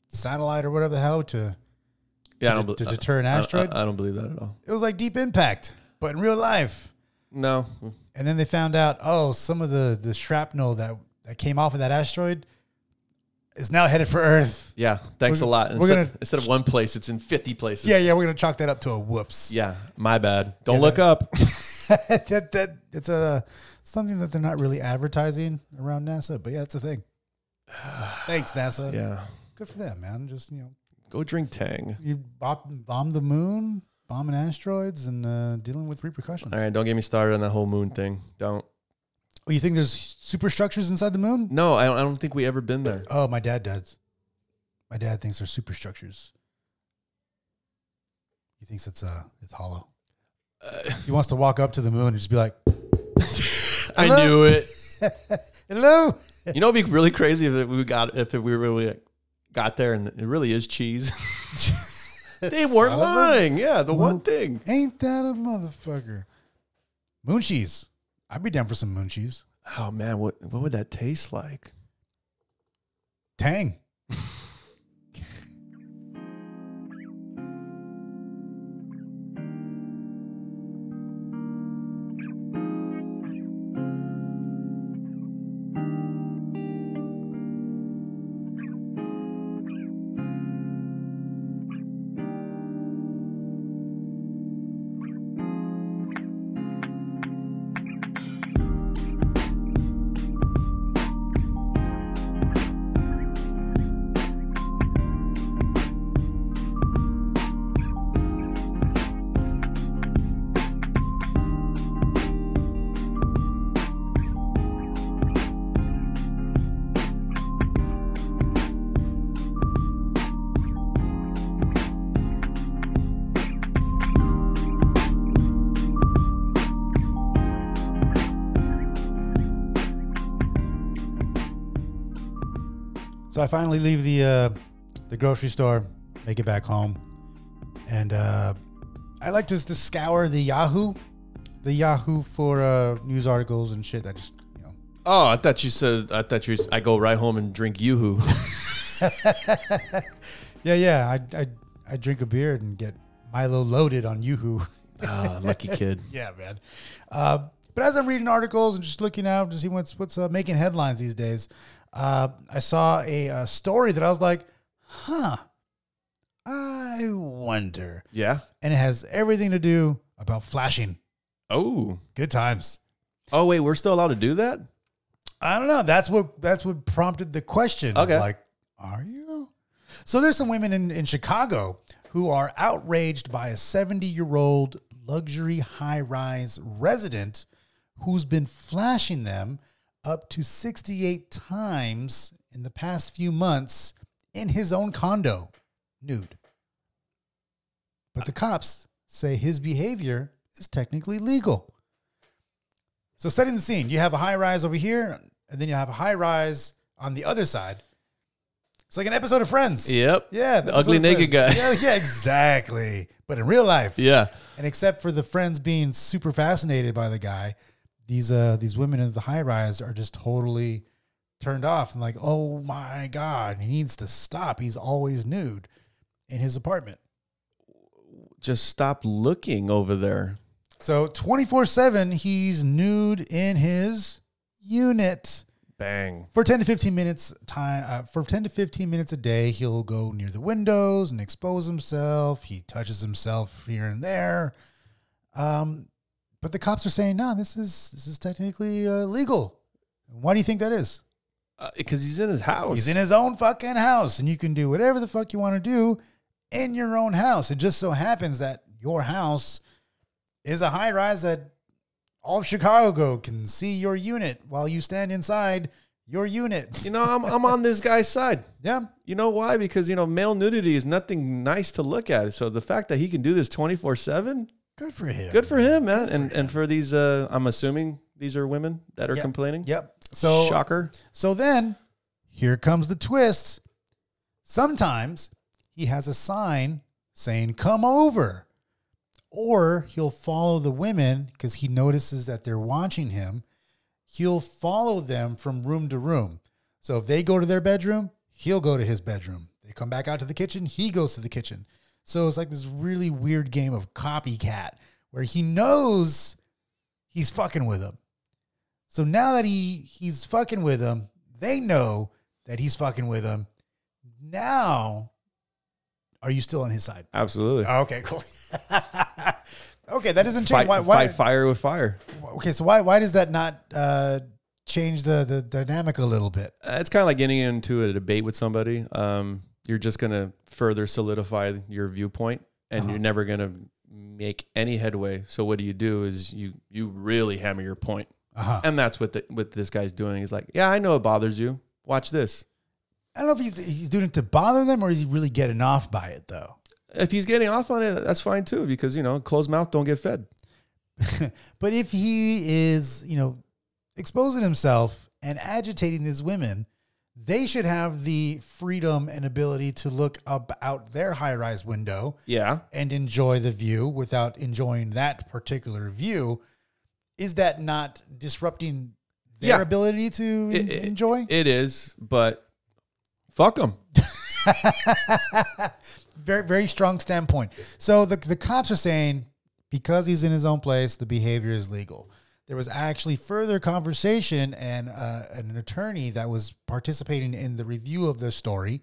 Speaker 1: satellite or whatever the hell to
Speaker 2: Yeah,
Speaker 1: to, to deter an
Speaker 2: uh,
Speaker 1: asteroid.
Speaker 2: I, don't believe that at all.
Speaker 1: it was like Deep Impact, but in real life.
Speaker 2: No,
Speaker 1: And then they found out, oh, some of the the shrapnel that that came off of that asteroid is now headed for Earth.
Speaker 2: yeah. Thanks
Speaker 1: We're-
Speaker 2: a lot.
Speaker 1: we're
Speaker 2: Instead,
Speaker 1: gonna-
Speaker 2: instead of one place, it's in fifty places.
Speaker 1: Yeah, yeah, we're gonna chalk that up to a whoops.
Speaker 2: yeah. My bad. Don't look up.
Speaker 1: that that it's a something that they're not really advertising around NASA, but yeah, it's a thing. Thanks, NASA.
Speaker 2: yeah,
Speaker 1: Good for them, man. Just you know,
Speaker 2: go drink Tang.
Speaker 1: you bomb, bomb the moon, bombing asteroids, and uh, dealing with repercussions.
Speaker 2: All right, don't get me started on that whole moon thing. Don't.
Speaker 1: Oh, you think there's superstructures inside the moon?
Speaker 2: No, I don't, I don't think we ever been there.
Speaker 1: Oh, my dad does. My dad thinks they're superstructures. He thinks it's uh it's hollow.
Speaker 2: Uh,
Speaker 1: he wants to walk up to the moon and just be like,
Speaker 2: I
Speaker 1: Hello?
Speaker 2: knew it.
Speaker 1: "Hello."
Speaker 2: You know, it'd be really crazy if we got if we really like, got there and it really is cheese. they weren't
Speaker 1: Son of a-
Speaker 2: lying. Yeah, the
Speaker 1: Well-
Speaker 2: one thing.
Speaker 1: Ain't that a motherfucker? Moon cheese. I'd be down for some moon cheese.
Speaker 2: Oh man, what what would that taste like?
Speaker 1: Tang. So I finally leave the uh, the grocery store, make it back home, and uh, I like to, to scour the Yahoo, the Yahoo for uh, news articles and shit. I just you know
Speaker 2: Oh, I thought you said I thought you. I go right home and drink yoo-hoo.
Speaker 1: yeah yeah I I, I drink a beer and get Milo loaded on YooHoo.
Speaker 2: Ah, lucky kid.
Speaker 1: yeah man. Uh, but as I'm reading articles and just looking out to see what's what's uh, making headlines these days, uh, I saw a, uh story that I was like, huh, I wonder.
Speaker 2: Yeah.
Speaker 1: and it has everything to do about flashing.
Speaker 2: Oh.
Speaker 1: Good times.
Speaker 2: Oh wait, we're still allowed to do that?
Speaker 1: I don't know. That's what that's what prompted the question. of,
Speaker 2: Okay.
Speaker 1: Like, are you? So there's some women in, in Chicago who are outraged by a 70 year old luxury high rise resident who's been flashing them up to 68 times in the past few monts in his own condo, nude. But the cops say his behavior is technically legal. So setting the scene, you have a high rise over here, and then you have a high rise on the other side. It's like an episode of Friends.
Speaker 2: Yep.
Speaker 1: Yeah,
Speaker 2: The
Speaker 1: episode
Speaker 2: ugly
Speaker 1: of
Speaker 2: naked
Speaker 1: Friends.
Speaker 2: guy.
Speaker 1: Yeah, yeah, exactly. But in real life,
Speaker 2: Yeah.
Speaker 1: and except for the friends being super fascinated by the guy, these uh these women in the high rise are just totally turned off and like, oh my god, he needs to stop. He's always nude in his apartment.
Speaker 2: Just stop looking over there.
Speaker 1: So twenty four seven, he's nude in his unit.
Speaker 2: Bang.
Speaker 1: for 10 to 15 minutes time uh, for 10 to 15 minutes a day he'll go near the windows and expose himself he touches himself here and there um, but the cops are saying no this is this is technically uh, legal why do you think that is
Speaker 2: Because Uh, he's in his house.
Speaker 1: he's in his own fucking house and you can do whatever the fuck you want to do in your own house it just so happens that your house is a high rise that all of Chicago can see your unit while you stand inside your unit.
Speaker 2: You know, I'm, I'm on this guy's side.
Speaker 1: yeah.
Speaker 2: You know why? Because, you know, male nudity is nothing nice to look at. So the fact that he can do this 24 7,
Speaker 1: Good for him.
Speaker 2: good for him, man. And, and for these, uh, I'm assuming these are women that are
Speaker 1: Yep.
Speaker 2: complaining.
Speaker 1: Yep. So
Speaker 2: Shocker.
Speaker 1: So then, here comes the twist. Sometimes he has a sign saying, Come over. Or he'll follow the women because he notices that they're watching him. He'll follow them from room to room. So if they go to their bedroom, he'll go to his bedroom. They come back out to the kitchen, he goes to the kitchen. So it's like this really weird game of copycat where he knows he's fucking with him. So now that he he's fucking with him, they know that he's fucking with him. Now, are you still on his side?
Speaker 2: Absolutely.
Speaker 1: Okay, cool. okay, that doesn't change.
Speaker 2: Fight,
Speaker 1: Why, why,
Speaker 2: fight fire with fire.
Speaker 1: okay, so why why does that not uh, change the, the dynamic a little bit?
Speaker 2: Uh, It's kind of like getting into a debate with somebody. Um, you're just going to further solidify your viewpoint and you're never going to make any headway. So what do you do is you you really hammer your point.
Speaker 1: Uh-huh.
Speaker 2: And that's what the, what this guy's doing. He's like, "Yeah, I know it bothers you. Watch this."
Speaker 1: I don't know if he's, he's doing it to bother them or is he really getting off by it though.
Speaker 2: If he's getting off on it, that's fine too because, you know, closed mouth don't get fed.
Speaker 1: But if he is, you know, exposing himself and agitating these women, they should have the freedom and ability to look up out their high rise window
Speaker 2: Yeah.
Speaker 1: and enjoy the view without enjoying that particular view. Is that not disrupting their
Speaker 2: Yeah.
Speaker 1: ability to
Speaker 2: It-
Speaker 1: en-
Speaker 2: it-
Speaker 1: enjoy?
Speaker 2: It is, but fuck them.
Speaker 1: very very strong standpoint. So the the cops are saying because he's in his own place, the behavior is legal. There was actually further conversation, and uh, an attorney that was participating in the review of the story,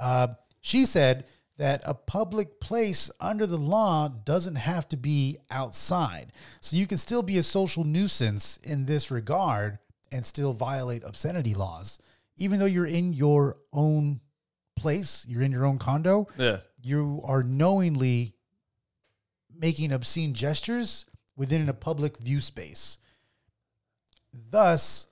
Speaker 1: uh, she said that a public place under the law doesn't have to be outside. So you can still be a social nuisance in this regard and still violate obscenity laws, even though you're in your own place, you're in your own condo,
Speaker 2: Yeah.
Speaker 1: you are knowingly making obscene gestures within a public view space, thus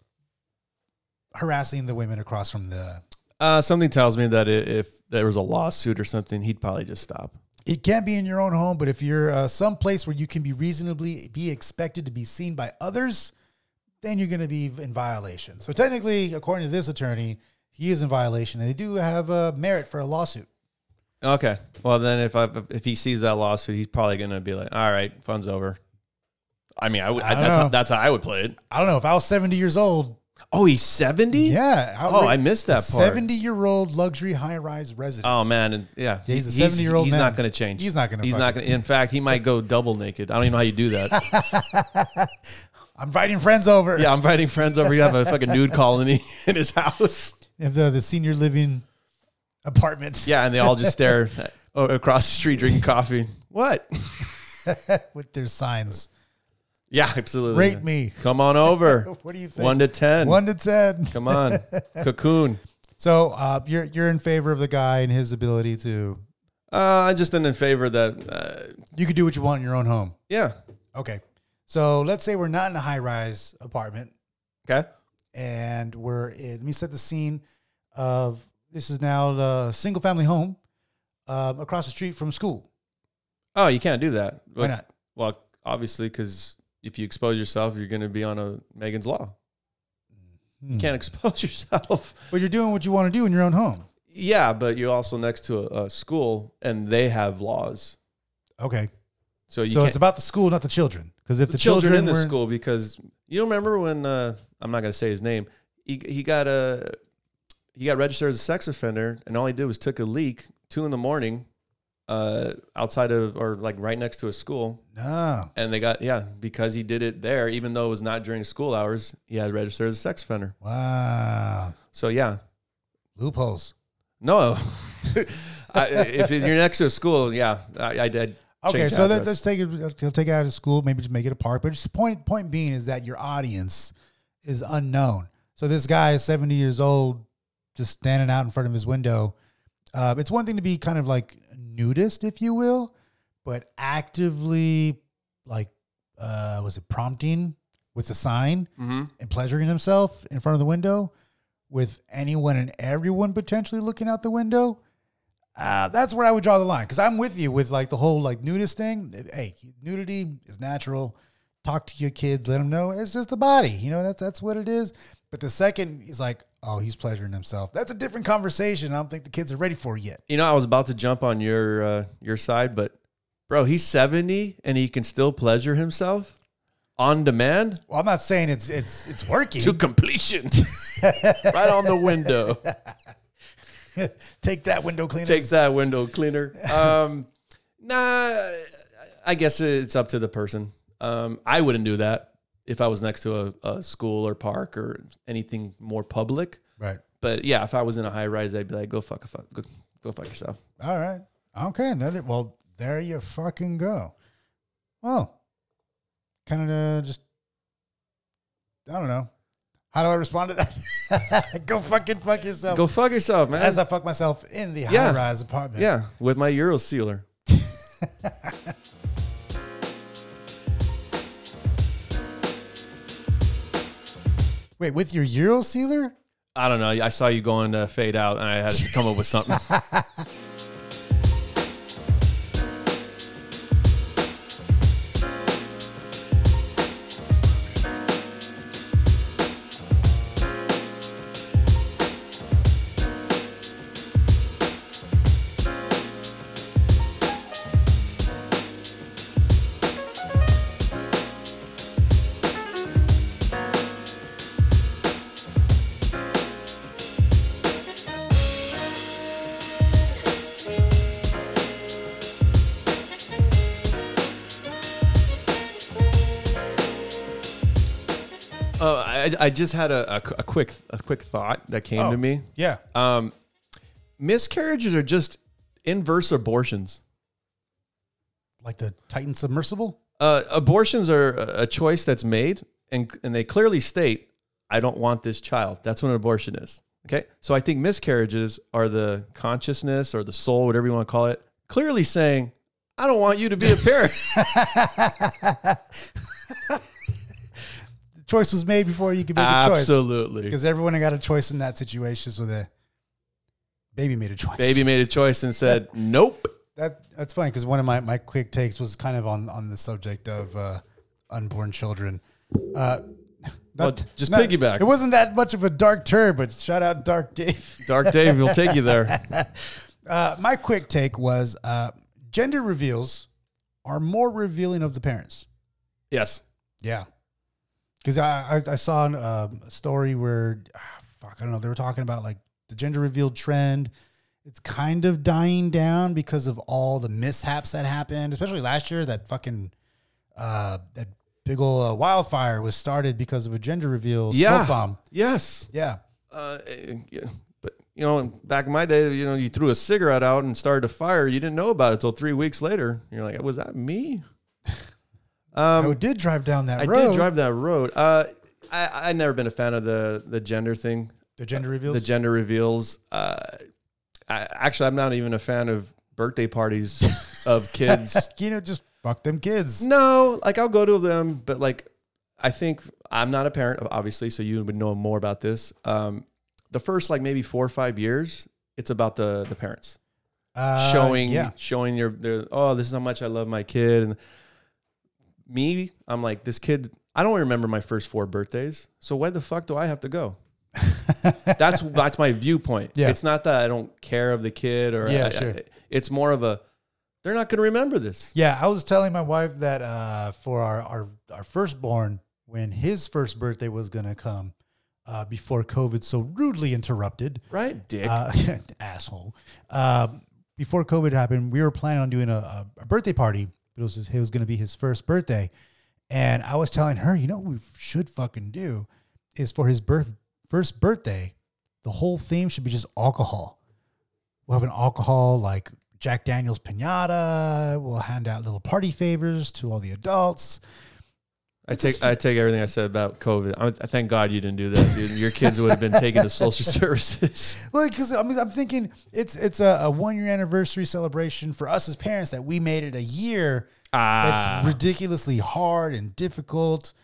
Speaker 1: harassing the women across from the.
Speaker 2: Uh, something tells me that i- if there was a lawsuit or something, he'd probably just stop.
Speaker 1: It can't be in your own home, but if you're uh, someplace where you can be reasonably be expected to be seen by others, then you're going to be in violation. So technically, according to this attorney, he is in violation, and they do have a merit for a lawsuit.
Speaker 2: Okay. Well, then if I if he sees that lawsuit, he's probably gonna be like, "All right, fun's over." I mean, I would. I,
Speaker 1: don't
Speaker 2: that's
Speaker 1: know.
Speaker 2: how, that's how I would play it.
Speaker 1: I don't know if I was 70 years old.
Speaker 2: Oh, he's seventy.
Speaker 1: Yeah.
Speaker 2: Oh, I
Speaker 1: outrage-
Speaker 2: missed that part.
Speaker 1: 70 year old luxury high rise resident.
Speaker 2: Oh man, and yeah,
Speaker 1: Yeah, he's a
Speaker 2: he-
Speaker 1: 70-year-old
Speaker 2: He's
Speaker 1: man.
Speaker 2: not gonna change.
Speaker 1: He's not gonna
Speaker 2: He's not gonna. In fact, he might go double naked. I don't even know how you do that.
Speaker 1: I'm inviting friends over.
Speaker 2: yeah, I'm inviting friends over. You have a fucking nude colony in his house.
Speaker 1: And The, the senior living apartments.
Speaker 2: Yeah, and they all just stare at- o- across the street drinking coffee. What?
Speaker 1: With their signs.
Speaker 2: Yeah, absolutely.
Speaker 1: Rate me.
Speaker 2: Come on over.
Speaker 1: What do you think?
Speaker 2: One to ten.
Speaker 1: One to 10.
Speaker 2: Come on, cocoon.
Speaker 1: So uh, you're, you're in favor of the guy and his ability to.
Speaker 2: Uh, I just am in favor that, uh,
Speaker 1: You could do what you want in your own home.
Speaker 2: yeah.
Speaker 1: Okay. So let's say we're not in a high rise apartment.
Speaker 2: Okay.
Speaker 1: and we're in, let me set the scene of this is now the single family home um, across the street from school.
Speaker 2: Oh, you can't do that.
Speaker 1: Why not?
Speaker 2: Well, obviously, because if you expose yourself, you're going to be on a Megan's Law.
Speaker 1: Hmm.
Speaker 2: You can't expose yourself.
Speaker 1: But you're doing what you want to do in your own home.
Speaker 2: yeah, but you're also next to a, a school, and they have laws.
Speaker 1: Okay.
Speaker 2: So you
Speaker 1: so
Speaker 2: can't.
Speaker 1: it's about the school, not the children. Because if the,
Speaker 2: the children, in the
Speaker 1: were-
Speaker 2: school because you remember when uh, I'm not going to say his name. He he got a he got registered as a sex offender, and all he did was took a leak two in the morning, uh, outside of or like right next to a school,
Speaker 1: No.
Speaker 2: and they got yeah because he did it there, even though it was not during school hours. He had registered as a sex offender.
Speaker 1: Wow.
Speaker 2: So yeah,
Speaker 1: Loopholes.
Speaker 2: no. I, if you're next to a school, yeah, I, I did.
Speaker 1: Okay,
Speaker 2: change
Speaker 1: so let,
Speaker 2: address.
Speaker 1: let's take it. Let's he'll take it out of school. Maybe just make it a park. But just the point point being is that your audience is unknown. So this guy is seventy years old, just standing out in front of his window. Uh, it's one thing to be kind of like nudist, if you will, but actively like uh was it prompting with the sign
Speaker 2: Mm-hmm.
Speaker 1: and pleasuring himself in front of the window with anyone and everyone potentially looking out the window uh, that's where i would draw the line because i'm with you with like the whole like nudist thing hey nudity is natural talk to your kids let them know it's just the body you know that's that's what it is but the second he's like oh he's pleasuring himself that's a different conversation i don't think the kids are ready for it yet
Speaker 2: You know, I was about to jump on your uh, your side, but bro, he's seventy and he can still pleasure himself on demand
Speaker 1: well i'm not saying it's it's it's working
Speaker 2: to completion, right on the window.
Speaker 1: take that window cleaner
Speaker 2: Take that window cleaner. Um, nah, I guess it's up to the person. Um, I wouldn't do that if I was next to a, a school or park or anything more public.
Speaker 1: right
Speaker 2: But yeah, if I was in a high rise, I'd be like, go fuck, a fuck go, go fuck yourself.
Speaker 1: All right. Okay. Another. Well, there you fucking go. Well, kind of just. I don't know. How do I respond to that? go fucking fuck yourself.
Speaker 2: Go fuck yourself, man.
Speaker 1: As I fuck myself in the
Speaker 2: Yeah.
Speaker 1: high-rise apartment.
Speaker 2: yeah, with my Euro sealer.
Speaker 1: Wait, with your Euro sealer?
Speaker 2: I don't know. I saw you going to fade out, and I had to come up with something. Oh, I, I just had a, a, qu- a quick a quick thought that came
Speaker 1: Oh.
Speaker 2: to me.
Speaker 1: Yeah.
Speaker 2: Um, miscarriages are just inverse abortions.
Speaker 1: like the Titan submersible?
Speaker 2: Uh, abortions are a a choice that's made, and and they clearly state, "I don't want this child." That's what an abortion is. Okay, so I think miscarriages are the consciousness or the soul, whatever you want to call it, clearly saying, "I don't want you to be a parent."
Speaker 1: The choice was made before you could make a choice.
Speaker 2: Absolutely.
Speaker 1: Because everyone got a choice in that situation. So the baby made a choice.
Speaker 2: Baby made a choice and said, "Nope."
Speaker 1: That that's funny because one of my, my quick takes was kind of on on the subject of uh, unborn children. Uh,
Speaker 2: Well, just piggyback.
Speaker 1: It wasn't that much of a dark turd, but shout out Dark Dave.
Speaker 2: Dark Dave will take you there.
Speaker 1: Uh, my quick take was uh, gender reveals are more revealing of the parents.
Speaker 2: Yes.
Speaker 1: Yeah, because I, I I saw an, um, a story where ah, fuck I don't know they were talking about like the gender reveal trend. It's kind of dying down because of all the mishaps that happened, especially last year. That fucking uh, that big old uh, wildfire was started because of a gender reveal
Speaker 2: Yeah.
Speaker 1: smoke bomb.
Speaker 2: Yes.
Speaker 1: Yeah,
Speaker 2: Uh, yeah, but you know, back in my day, you know, you threw a cigarette out and started a fire. You didn't know about it until three weeks later. You're like, was that me?
Speaker 1: I did drive down that
Speaker 2: Um, I
Speaker 1: road.
Speaker 2: did drive that road. Uh, I I never been a fan of the the gender thing,
Speaker 1: the gender
Speaker 2: the
Speaker 1: reveals.
Speaker 2: gender reveals. Uh, I, actually, I'm not even a fan of birthday parties of kids
Speaker 1: you know, just fuck them
Speaker 2: Mm.
Speaker 1: kids.
Speaker 2: No, like I'll go to them, but like I think I'm not a parent, obviously, so you would know more about this. Um, the first like maybe four or five years, it's about the the parents
Speaker 1: Uh,
Speaker 2: showing
Speaker 1: yeah,
Speaker 2: showing your their oh this is how much I love my kid and me I'm like this kid I don't remember my first four birthdays so why the fuck do I have to go that's that's my viewpoint
Speaker 1: Yeah.
Speaker 2: it's not that I don't care of the kid or
Speaker 1: Yeah,
Speaker 2: I-
Speaker 1: sure.
Speaker 2: I- it's more of a they're not gonna remember this
Speaker 1: Yeah, I was telling my wife that uh, for our, our our firstborn, when his first birthday was gonna come, uh, before COVID so rudely interrupted,
Speaker 2: right dick
Speaker 1: uh, asshole. Um, before COVID happened, we were planning on doing a, a, a birthday party. It was it was gonna be his first birthday, and I was telling her, you know, what we should fucking do is for his birth first birthday, the whole theme should be just alcohol. We'll have an alcohol like Jack Daniels pinata. We'll hand out little party favors to all the adults.
Speaker 2: I take I take everything I said about COVID. I, I thank God you didn't do that, dude. Your kids would have been taken to social services.
Speaker 1: Well, because I mean, I'm thinking it's it's a, a one year anniversary celebration for us as parents that we made it a year.
Speaker 2: Ah,
Speaker 1: That's ridiculously hard and difficult.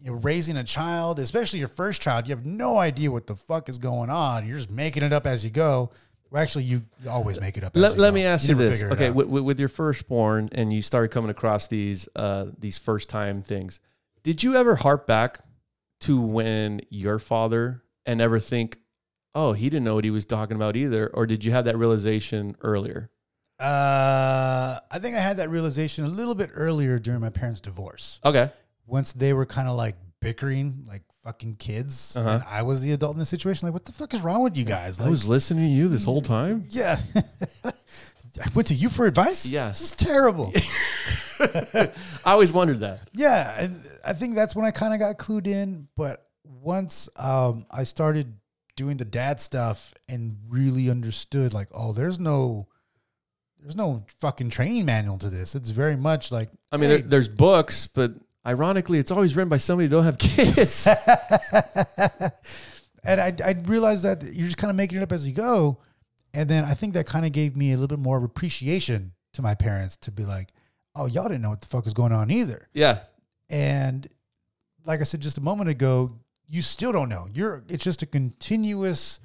Speaker 1: You know, raising a child, especially your first child, you have no idea what the fuck is going on. You're just making it up as you go. Well, actually, you you always make it up. as
Speaker 2: let,
Speaker 1: you
Speaker 2: let
Speaker 1: go.
Speaker 2: me ask you,
Speaker 1: never
Speaker 2: this.
Speaker 1: figure it
Speaker 2: Okay,
Speaker 1: out.
Speaker 2: with, with with your firstborn, and you started coming across these uh, these first time things. Did you ever harp back to when your father and ever think, oh, he didn't know what he was talking about either, or did you have that realization earlier?
Speaker 1: Uh, I think I had that realization a little bit earlier during my parents' divorce.
Speaker 2: Okay,
Speaker 1: Once they were kind of like bickering, like fucking kids,
Speaker 2: Uh-huh.
Speaker 1: and I was the adult in the situation. Like, what the fuck is wrong with you guys?
Speaker 2: I
Speaker 1: Like,
Speaker 2: was listening to you this whole time.
Speaker 1: yeah, I went to you for advice.
Speaker 2: Yes.
Speaker 1: this is terrible.
Speaker 2: I always wondered that.
Speaker 1: yeah, and I think that's when I kind of got clued in. But once um, I started doing the dad stuff and really understood, like, oh, there's no. There's no fucking training manual to this. It's very much like
Speaker 2: I mean, there, there's books, but ironically, it's always written by somebody who don't have kids.
Speaker 1: and I, I realized that you're just kind of making it up as you go. And then I think that kind of gave me a little bit more of appreciation to my parents to be like, oh, y'all didn't know what the fuck was going on either.
Speaker 2: yeah,
Speaker 1: And like I said just a moment ago, you still don't know. You're it's just a continuous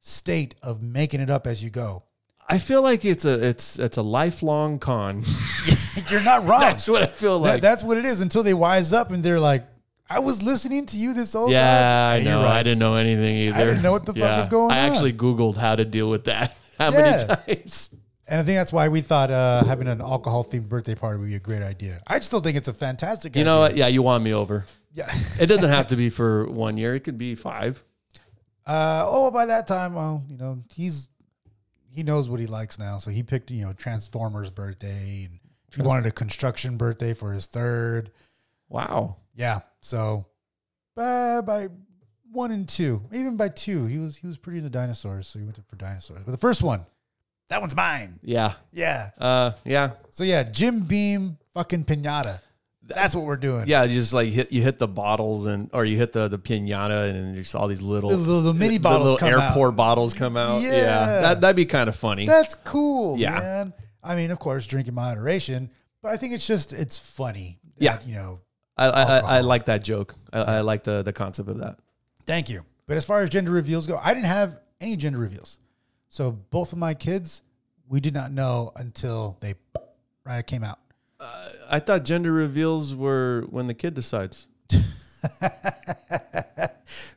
Speaker 1: state of making it up as you go.
Speaker 2: I feel like it's a it's it's a lifelong con.
Speaker 1: You're not wrong.
Speaker 2: That's what I feel
Speaker 1: That-
Speaker 2: like.
Speaker 1: that's what it is until they wise up and they're like, I was listening to you this whole
Speaker 2: yeah,
Speaker 1: time.
Speaker 2: I
Speaker 1: And you're
Speaker 2: know.
Speaker 1: right.
Speaker 2: I didn't know anything either.
Speaker 1: didn't know what the fuck was going
Speaker 2: I
Speaker 1: on.
Speaker 2: actually Googled how to deal with that. How
Speaker 1: Yeah.
Speaker 2: many times?
Speaker 1: And I think that's why we thought uh, having an alcohol themed birthday party would be a great idea. I still think it's a fantastic
Speaker 2: You
Speaker 1: idea.
Speaker 2: know what? Yeah, you won me over.
Speaker 1: Yeah.
Speaker 2: It doesn't have to be for one year. It could be five.
Speaker 1: Uh, oh, by that time, well, you know, he's he knows what he likes now. So he picked, you know, Transformers birthday and he wanted a construction birthday for his third.
Speaker 2: Wow.
Speaker 1: Yeah. So by, by one and two, even by two, he was he was pretty into dinosaurs, so he went for dinosaurs. But the first one, that one's mine.
Speaker 2: Yeah.
Speaker 1: Yeah.
Speaker 2: Uh. Yeah.
Speaker 1: So yeah, Jim Beam fucking pinata. That's what we're doing.
Speaker 2: Yeah. You just like hit you hit the bottles and or you hit the the pinata and just all these little
Speaker 1: The little- the mini bottles
Speaker 2: little
Speaker 1: come out.
Speaker 2: airport bottles come out. Yeah.
Speaker 1: Yeah.
Speaker 2: That that'd be kind of funny.
Speaker 1: That's cool,
Speaker 2: Yeah.
Speaker 1: man. I mean, of course, drink in moderation, but I think it's just it's funny. that,
Speaker 2: Yeah.
Speaker 1: you know.
Speaker 2: I, I, I, I
Speaker 1: Alcohol.
Speaker 2: like that joke. I, I like the, the concept of that.
Speaker 1: Thank you. But as far as gender reveals go, I didn't have any gender reveals. So both of my kids, we did not know until they right came out.
Speaker 2: I thought gender reveals were when the kid decides.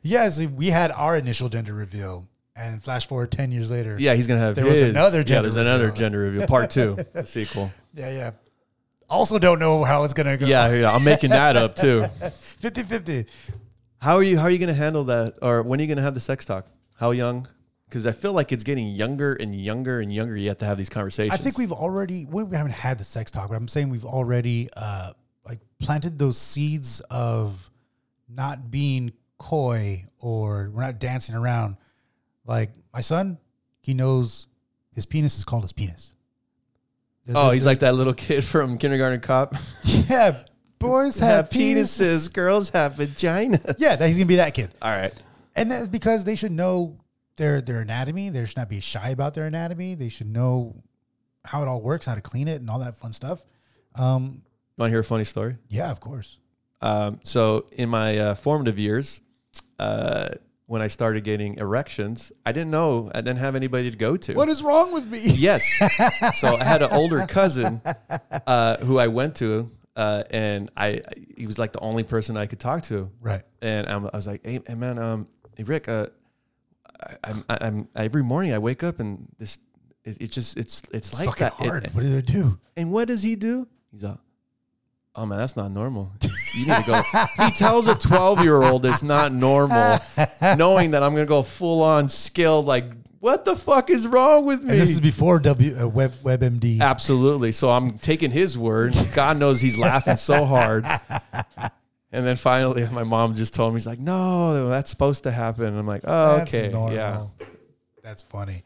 Speaker 1: Yeah, so we had our initial gender reveal, and flash forward ten years later.
Speaker 2: Yeah, he's gonna have.
Speaker 1: There was
Speaker 2: his.
Speaker 1: another
Speaker 2: Yeah,
Speaker 1: gender
Speaker 2: there's another
Speaker 1: reveal.
Speaker 2: gender reveal, part two, the sequel.
Speaker 1: yeah, yeah. Also, don't know how it's gonna go.
Speaker 2: Yeah, yeah, I'm making that up too.
Speaker 1: 50-50.
Speaker 2: How are you? How are you gonna handle that? Or when are you gonna have the sex talk? How young? Because I feel like it's getting younger and younger and younger. You have to have these conversations.
Speaker 1: I think we've already we we haven't had the sex talk, but I'm saying we've already uh, like planted those seeds of not being coy or we're not dancing around. Like my son, he knows his penis is called his penis.
Speaker 2: Oh, he's like that little kid from Kindergarten Cop.
Speaker 1: yeah, boys have,
Speaker 2: have
Speaker 1: penises.
Speaker 2: penises, girls have vaginas.
Speaker 1: Yeah, that, he's gonna be that kid,
Speaker 2: All right.
Speaker 1: and that's because they should know their their anatomy. They should not be shy about their anatomy. They should know how it all works, how to clean it, and all that fun stuff. Um,
Speaker 2: Want to hear a funny story?
Speaker 1: yeah, of course.
Speaker 2: Um, so in my uh, formative years, uh, when I started getting erections, I didn't know. I didn't have anybody to go to.
Speaker 1: What is wrong with me?
Speaker 2: Yes. so I had an older cousin uh, who I went to, uh, and I he was like the only person I could talk to.
Speaker 1: Right.
Speaker 2: And I'm, I was like, hey, hey, man, um, hey Rick, uh, I, I'm, I'm every morning I wake up and this it, it's just it's it's, like
Speaker 1: fucking
Speaker 2: that. It-
Speaker 1: hard. what did I do?
Speaker 2: and what does he do? He's like, oh man, that's not normal. You need to go. he tells a 12 year old it's not normal, knowing that I'm going to go full on skilled. Like, what the fuck is wrong with me?
Speaker 1: And this is before W uh, Web WebMD.
Speaker 2: Ah, Absolutely. So I'm taking his word. God knows he's laughing so hard. And then finally, my mom just told me, he's like, no, that's supposed to happen. And I'm like, oh,
Speaker 1: That's
Speaker 2: okay.
Speaker 1: normal.
Speaker 2: Yeah.
Speaker 1: That's funny.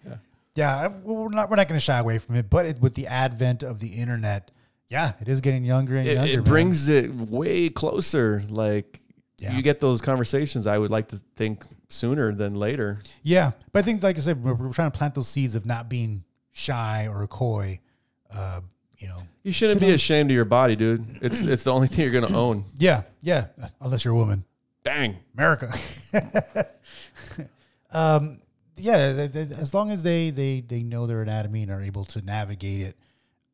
Speaker 1: Yeah, I- well, we're not we're not going to shy away from it, but it, with the advent of the internet Yeah, it is getting younger and
Speaker 2: It,
Speaker 1: younger.
Speaker 2: it
Speaker 1: man.
Speaker 2: brings it way closer. Like
Speaker 1: Yeah.
Speaker 2: you get those conversations. I would like to think sooner than later.
Speaker 1: Yeah, but I think, like I said, we're, we're trying to plant those seeds of not being shy or coy. Uh, you know.
Speaker 2: You shouldn't
Speaker 1: Sit
Speaker 2: be
Speaker 1: on-
Speaker 2: ashamed of your body, dude. It's it's the only thing you're gonna own.
Speaker 1: Yeah, yeah. Unless you're a woman,
Speaker 2: Bang.
Speaker 1: America. um, yeah, th- th- as long as they they they know their anatomy and are able to navigate it.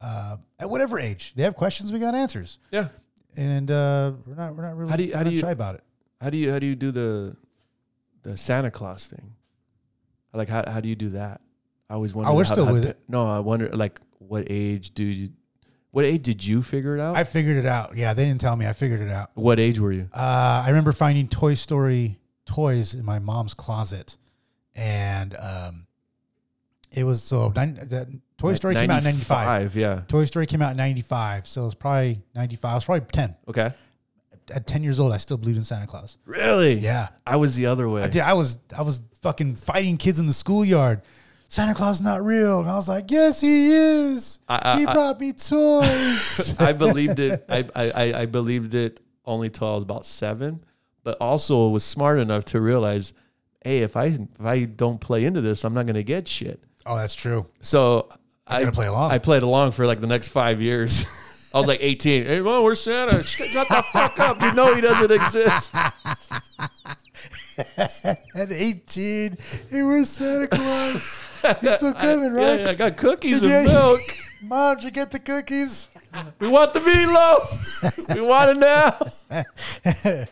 Speaker 1: Uh, at whatever age they have questions, we got answers,
Speaker 2: Yeah.
Speaker 1: and uh, we're not we're not really
Speaker 2: How do you- how
Speaker 1: we're
Speaker 2: do
Speaker 1: not
Speaker 2: you-
Speaker 1: shy about it.
Speaker 2: How do you how do you do the the Santa Claus thing? Like how how do you do that? I always wonder.
Speaker 1: Oh, we're
Speaker 2: how,
Speaker 1: still
Speaker 2: how-
Speaker 1: with it.
Speaker 2: No, I wonder like what age do you what age did you figure it out?
Speaker 1: I figured it out. Yeah, they didn't tell me. I figured it out.
Speaker 2: what age were you?
Speaker 1: Uh, I remember finding Toy Story toys in my mom's closet, and um, it was so nine, that Toy Story came out in ninety five.
Speaker 2: 95, Yeah.
Speaker 1: Toy Story came out in ninety five, so it was probably ninety five. I was probably ten.
Speaker 2: Okay.
Speaker 1: At ten years old, I still believed in Santa Claus.
Speaker 2: Really?
Speaker 1: Yeah,
Speaker 2: I was the other way.
Speaker 1: dude, I was I was fucking fighting kids in the schoolyard. Santa Claus is not real, and I was like, "Yes, he is.
Speaker 2: I- I-
Speaker 1: he
Speaker 2: I-
Speaker 1: brought me toys."
Speaker 2: I believed it. I, I, I- I believed it only till I was about seven, but also was smart enough to realize, hey, if I if I don't play into this, I'm not gonna get shit.
Speaker 1: oh, that's true.
Speaker 2: So I
Speaker 1: gotta play along.
Speaker 2: I played along for like the next five years. I was like 18. Hey, mom, where's Santa? Shut the fuck up. You know he doesn't exist.
Speaker 1: At eighteen, hey, where's Santa Claus? He's still coming, right?
Speaker 2: Yeah, I got cookies and
Speaker 1: Yeah.
Speaker 2: milk.
Speaker 1: Mom, did you get the cookies?
Speaker 2: We want the meatloaf. We want it now.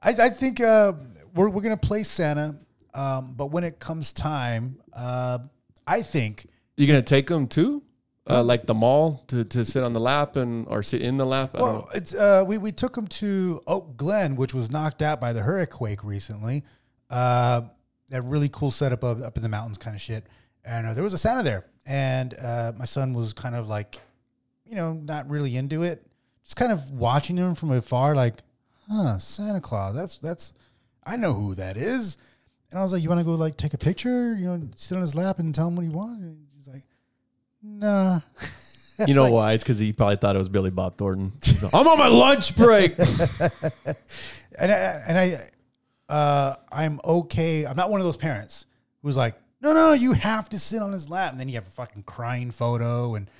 Speaker 1: I, I think uh, we're, we're going to play Santa, um, but when it comes time, uh, I think,
Speaker 2: You gonna take them too? Uh, like the mall to, to sit on the lap and or sit in the lap? I don't know.
Speaker 1: well, it's, uh, we, we took him to Oak Glen, which was knocked out by the hurricane recently. Uh, that really cool setup up, up in the mountains kind of shit. And uh, there was a Santa there. And uh, my son was kind of like, you know, not really into it. Just kind of watching him from afar, like, huh, Santa Claus. That's that's I know who that is. And I was like, You wanna go like take a picture? You know, sit on his lap and tell him what you want? And he's like, Nah.
Speaker 2: You know why? It's because he probably thought it was Billy Bob Thornton. He's like, I'm on my lunch break.
Speaker 1: And I and I uh I'm okay. I'm not one of those parents who's like, No, no, you have to sit on his lap and then you have a fucking crying photo and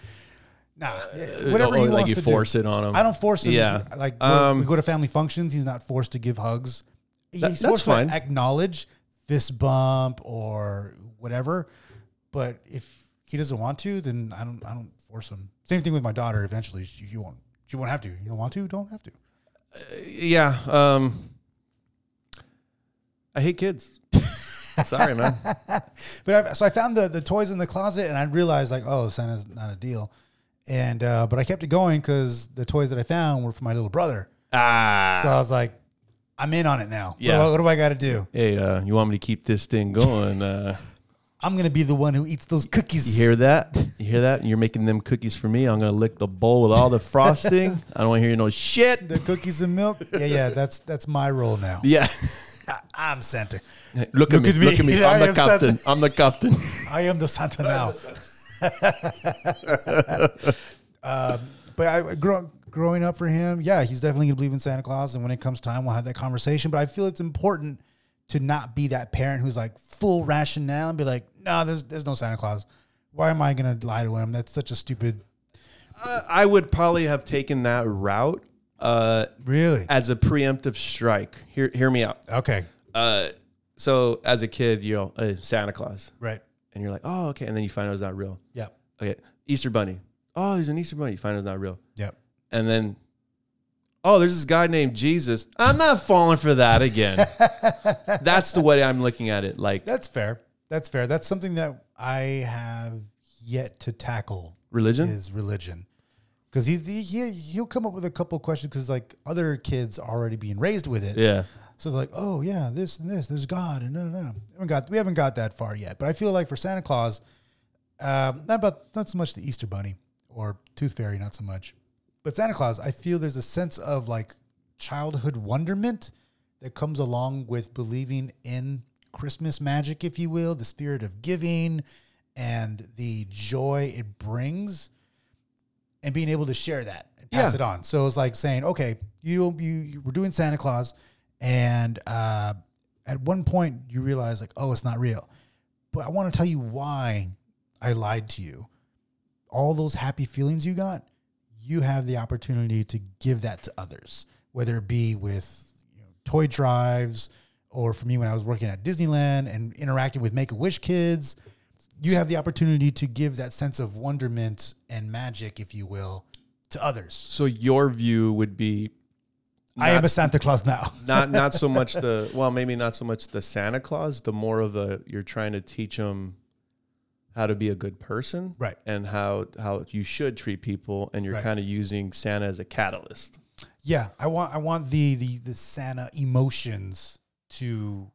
Speaker 1: Nah, whatever
Speaker 2: or
Speaker 1: he
Speaker 2: Uh, oh, like
Speaker 1: wants
Speaker 2: you
Speaker 1: to
Speaker 2: force
Speaker 1: do.
Speaker 2: it on him.
Speaker 1: I don't force him.
Speaker 2: Yeah.
Speaker 1: like we're-
Speaker 2: Um,
Speaker 1: we go to family functions. He's not forced to give hugs. He's
Speaker 2: that's
Speaker 1: forced
Speaker 2: fine.
Speaker 1: to acknowledge fist bump or whatever. But if he doesn't want to, then I don't. I don't force him. Same thing with my daughter. Eventually, she, she won't. She won't have to. You don't want to. Don't have to.
Speaker 2: Yeah. Um, I hate kids. Sorry, man.
Speaker 1: But I, so I found the the toys in the closet, and I realized like, oh, Santa's not a deal. And uh, but I kept it going because the toys that I found were for my little brother.
Speaker 2: Ah.
Speaker 1: So I was like, I'm in on it now. What do
Speaker 2: Yeah.
Speaker 1: I- what do I got to do?
Speaker 2: hey, uh, you want me to keep this thing going? Uh,
Speaker 1: I'm gonna be the one who eats those cookies.
Speaker 2: you hear that? You hear that? You're making them cookies for me. I'm gonna lick the bowl with all the frosting. I don't want to hear no shit.
Speaker 1: the cookies and milk? Yeah, yeah. That's that's my role now.
Speaker 2: Yeah.
Speaker 1: I, am Santa.
Speaker 2: Look at me.
Speaker 1: at me.
Speaker 2: Look at me.
Speaker 1: I
Speaker 2: I'm the
Speaker 1: am Santa.
Speaker 2: captain. I'm the captain.
Speaker 1: I am the Santa now. um, but I grow, growing up for him, yeah, he's definitely gonna believe in Santa Claus, and when it comes time, we'll have that conversation. But I feel it's important to not be that parent who's like full rationale and be like, no, there's there's no Santa Claus. Why am I gonna lie to him? That's such a stupid.
Speaker 2: I would probably have taken that route. Uh,
Speaker 1: Really?
Speaker 2: as a preemptive strike. Hear, hear me out.
Speaker 1: Okay.
Speaker 2: Uh, so as a kid, you know, uh, Santa Claus,
Speaker 1: Right.
Speaker 2: and you're like, oh, okay, and then you find out it's not real.
Speaker 1: Yep.
Speaker 2: Okay, Easter Bunny. Oh, he's an Easter Bunny. You find out it's not real,
Speaker 1: Yep.
Speaker 2: and then, oh, there's this guy named Jesus. I'm not falling for that again. That's the way I'm looking at it. Like
Speaker 1: That's fair. That's fair. That's something that I have yet to tackle
Speaker 2: religion.
Speaker 1: is religion. Because he, he, he, he'll come up with a couple questions because, like, other kids are already being raised with it.
Speaker 2: Yeah.
Speaker 1: So it's like, oh, yeah, this and this, there's God, and no, no. no. We haven't got, we haven't got that far yet. But I feel like for Santa Claus, um, not, about, not so much the Easter Bunny or Tooth Fairy, not so much. But Santa Claus, I feel there's a sense of, like, childhood wonderment that comes along with believing in Christmas magic, if you will, the spirit of giving and the joy it brings and being able to share that and pass
Speaker 2: Yeah.
Speaker 1: it on. So it's like saying, okay, you you, you were doing Santa Claus, and uh, at one point you realize like, oh, it's not real. But I want to tell you why I lied to you. All those happy feelings you got, you have the opportunity to give that to others, whether it be with you know, toy drives or for me when I was working at Disneyland and interacting with Make a Wish kids. You have the opportunity to give that sense of wonderment and magic, if you will, to others.
Speaker 2: So your view would be
Speaker 1: I am
Speaker 2: not-
Speaker 1: a Santa Claus now.
Speaker 2: not not so much the well, maybe not so much the Santa Claus, the more of a you're trying to teach them how to be a good person,
Speaker 1: Right.
Speaker 2: And how how you should treat people, and you're
Speaker 1: Right.
Speaker 2: kind of using Santa as a catalyst.
Speaker 1: Yeah, I want I want the the the Santa emotions to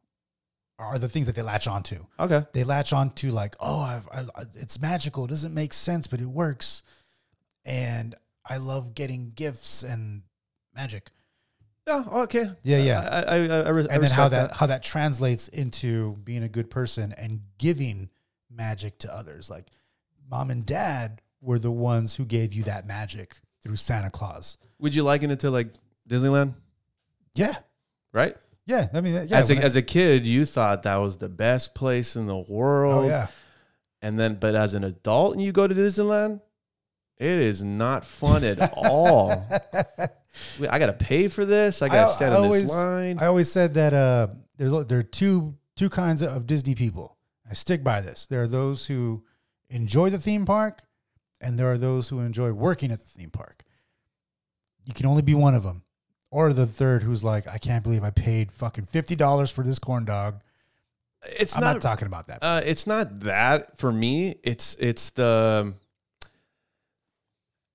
Speaker 1: are the things that they latch onto.
Speaker 2: Okay,
Speaker 1: They latch onto like, oh, I've, I, I- it's magical. It doesn't make sense, but it works. And I love getting gifts and magic.
Speaker 2: yeah, okay,
Speaker 1: Yeah, yeah.
Speaker 2: I I, I, I, re- I
Speaker 1: and then how
Speaker 2: respect
Speaker 1: that, how that translates into being a good person and giving magic to others. Like mom and dad were the ones who gave you that magic through Santa Claus.
Speaker 2: Would you liken it to like Disneyland,
Speaker 1: Yeah,
Speaker 2: right?
Speaker 1: yeah. I mean, yeah.
Speaker 2: as a,
Speaker 1: when I-
Speaker 2: as a kid, you thought that was the best place in the world.
Speaker 1: oh yeah.
Speaker 2: And then, but as an adult and you go to Disneyland, it is not fun at all. Wait, I got to pay for this. I got to stand in this line.
Speaker 1: I always said that uh, there's there are two two kinds of Disney people. I stick by this. There are those who enjoy the theme park, and there are those who enjoy working at the theme park. You can only be one of them, or the third who's like, I can't believe I paid fucking fifty dollars for this corn dog.
Speaker 2: it's
Speaker 1: I'm
Speaker 2: not.
Speaker 1: not, talking about that.
Speaker 2: uh, it's not that for me. It's it's the.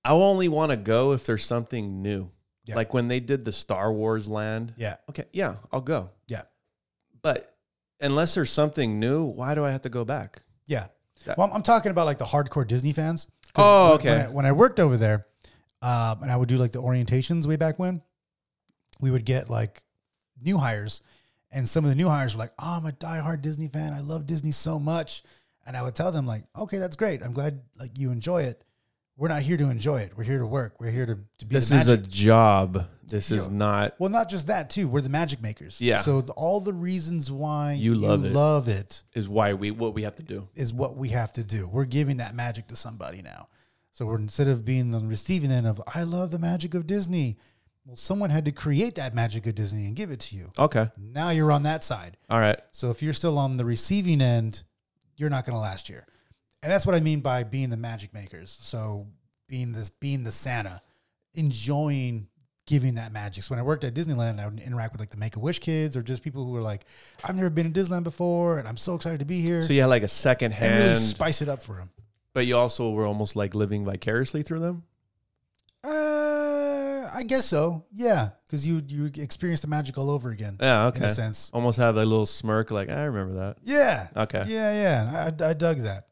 Speaker 2: I only want to go if there's something new.
Speaker 1: Yeah.
Speaker 2: Like when they did the Star Wars land.
Speaker 1: yeah,
Speaker 2: Okay, yeah, I'll go.
Speaker 1: yeah,
Speaker 2: But unless there's something new, why do I have to go back?
Speaker 1: yeah.
Speaker 2: That-
Speaker 1: Well, I'm, I'm talking about like the hardcore Disney fans. 'Cause
Speaker 2: Oh,
Speaker 1: when- When
Speaker 2: okay.
Speaker 1: I, when I worked over there, um, and I would do like the orientations way back when, we would get like new hires, and some of the new hires were like, "Oh, I'm a diehard Disney fan. I love Disney so much," and I would tell them like, "Okay, that's great. I'm glad like you enjoy it. We're not here to enjoy it. We're here to work. We're here to, to be
Speaker 2: This
Speaker 1: the
Speaker 2: is a
Speaker 1: magic
Speaker 2: job. This is not.
Speaker 1: well, not just that too. We're the magic makers.
Speaker 2: Yeah.
Speaker 1: So the, all the reasons why
Speaker 2: You love it.
Speaker 1: love it
Speaker 2: Is why we what we have to do.
Speaker 1: is what we have to do. We're giving that magic to somebody now. So we're instead of being the receiving end of I love the magic of Disney. Well, someone had to create that magic of Disney and give it to you.
Speaker 2: Okay.
Speaker 1: Now you're on that side.
Speaker 2: All right.
Speaker 1: So if you're still on the receiving end, you're not going to last year. And that's what I mean by being the magic makers. So being this, being the Santa, enjoying giving that magic. So when I worked at Disneyland, I would interact with like the Make a Wish kids or just people who were like, "I've never been to Disneyland before, and I'm so excited to be here."
Speaker 2: So
Speaker 1: So
Speaker 2: you had like a second
Speaker 1: and really
Speaker 2: hand,
Speaker 1: spice it up for them.
Speaker 2: but you also were almost like living vicariously through them.
Speaker 1: Uh, I guess so. Yeah, because you you experience the magic all over again.
Speaker 2: Yeah.
Speaker 1: in a
Speaker 2: Okay.
Speaker 1: sense.
Speaker 2: Almost have a little smirk, like I remember that.
Speaker 1: Yeah.
Speaker 2: Okay.
Speaker 1: Yeah, yeah. I, I dug that.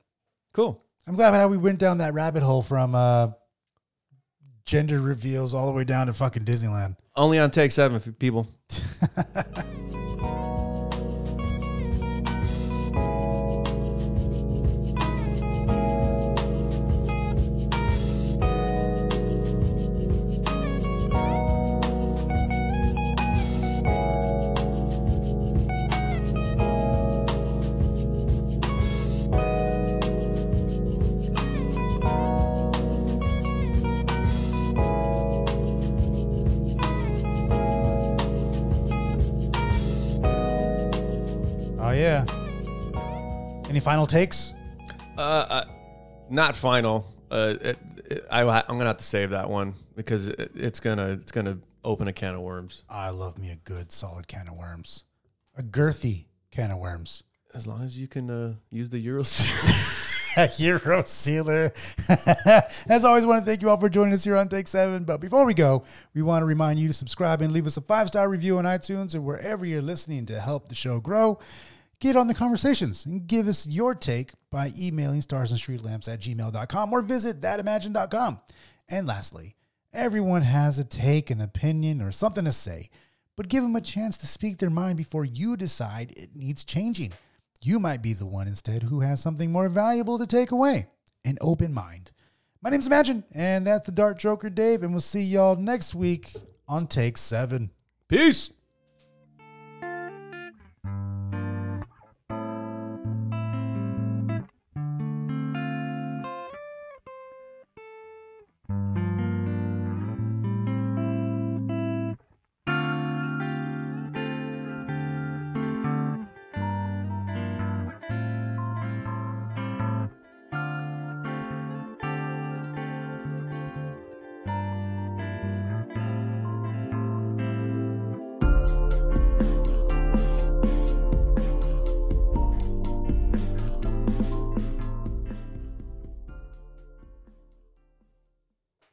Speaker 2: Cool.
Speaker 1: I'm glad how we went down that rabbit hole from uh, gender reveals all the way down to fucking Disneyland.
Speaker 2: Only on take seven f- people.
Speaker 1: Oh yeah. Any final takes?
Speaker 2: Uh, uh not final. Uh, it, it, I, I'm gonna have to save that one because it, it's gonna it's gonna open a can of worms.
Speaker 1: I love me a good solid can of worms, a girthy can of worms.
Speaker 2: As long as you can uh, use the euro.
Speaker 1: a hero sealer. As always, want to thank you all for joining us here on Take Seven. But before we go, we want to remind you to subscribe and leave us a five star review on iTunes or wherever you're listening to help the show grow. Get on the conversations and give us your take by emailing starsandstreetlamps at gmail.com or visit thatimagine.com. And lastly, everyone has a take, an opinion, or something to say, but give them a chance to speak their mind before you decide it needs changing. You might be the one instead who has something more valuable to take away an open mind. My name's Imagine, and that's the Dart Joker Dave, and we'll see y'all next week on Take Seven.
Speaker 2: Peace.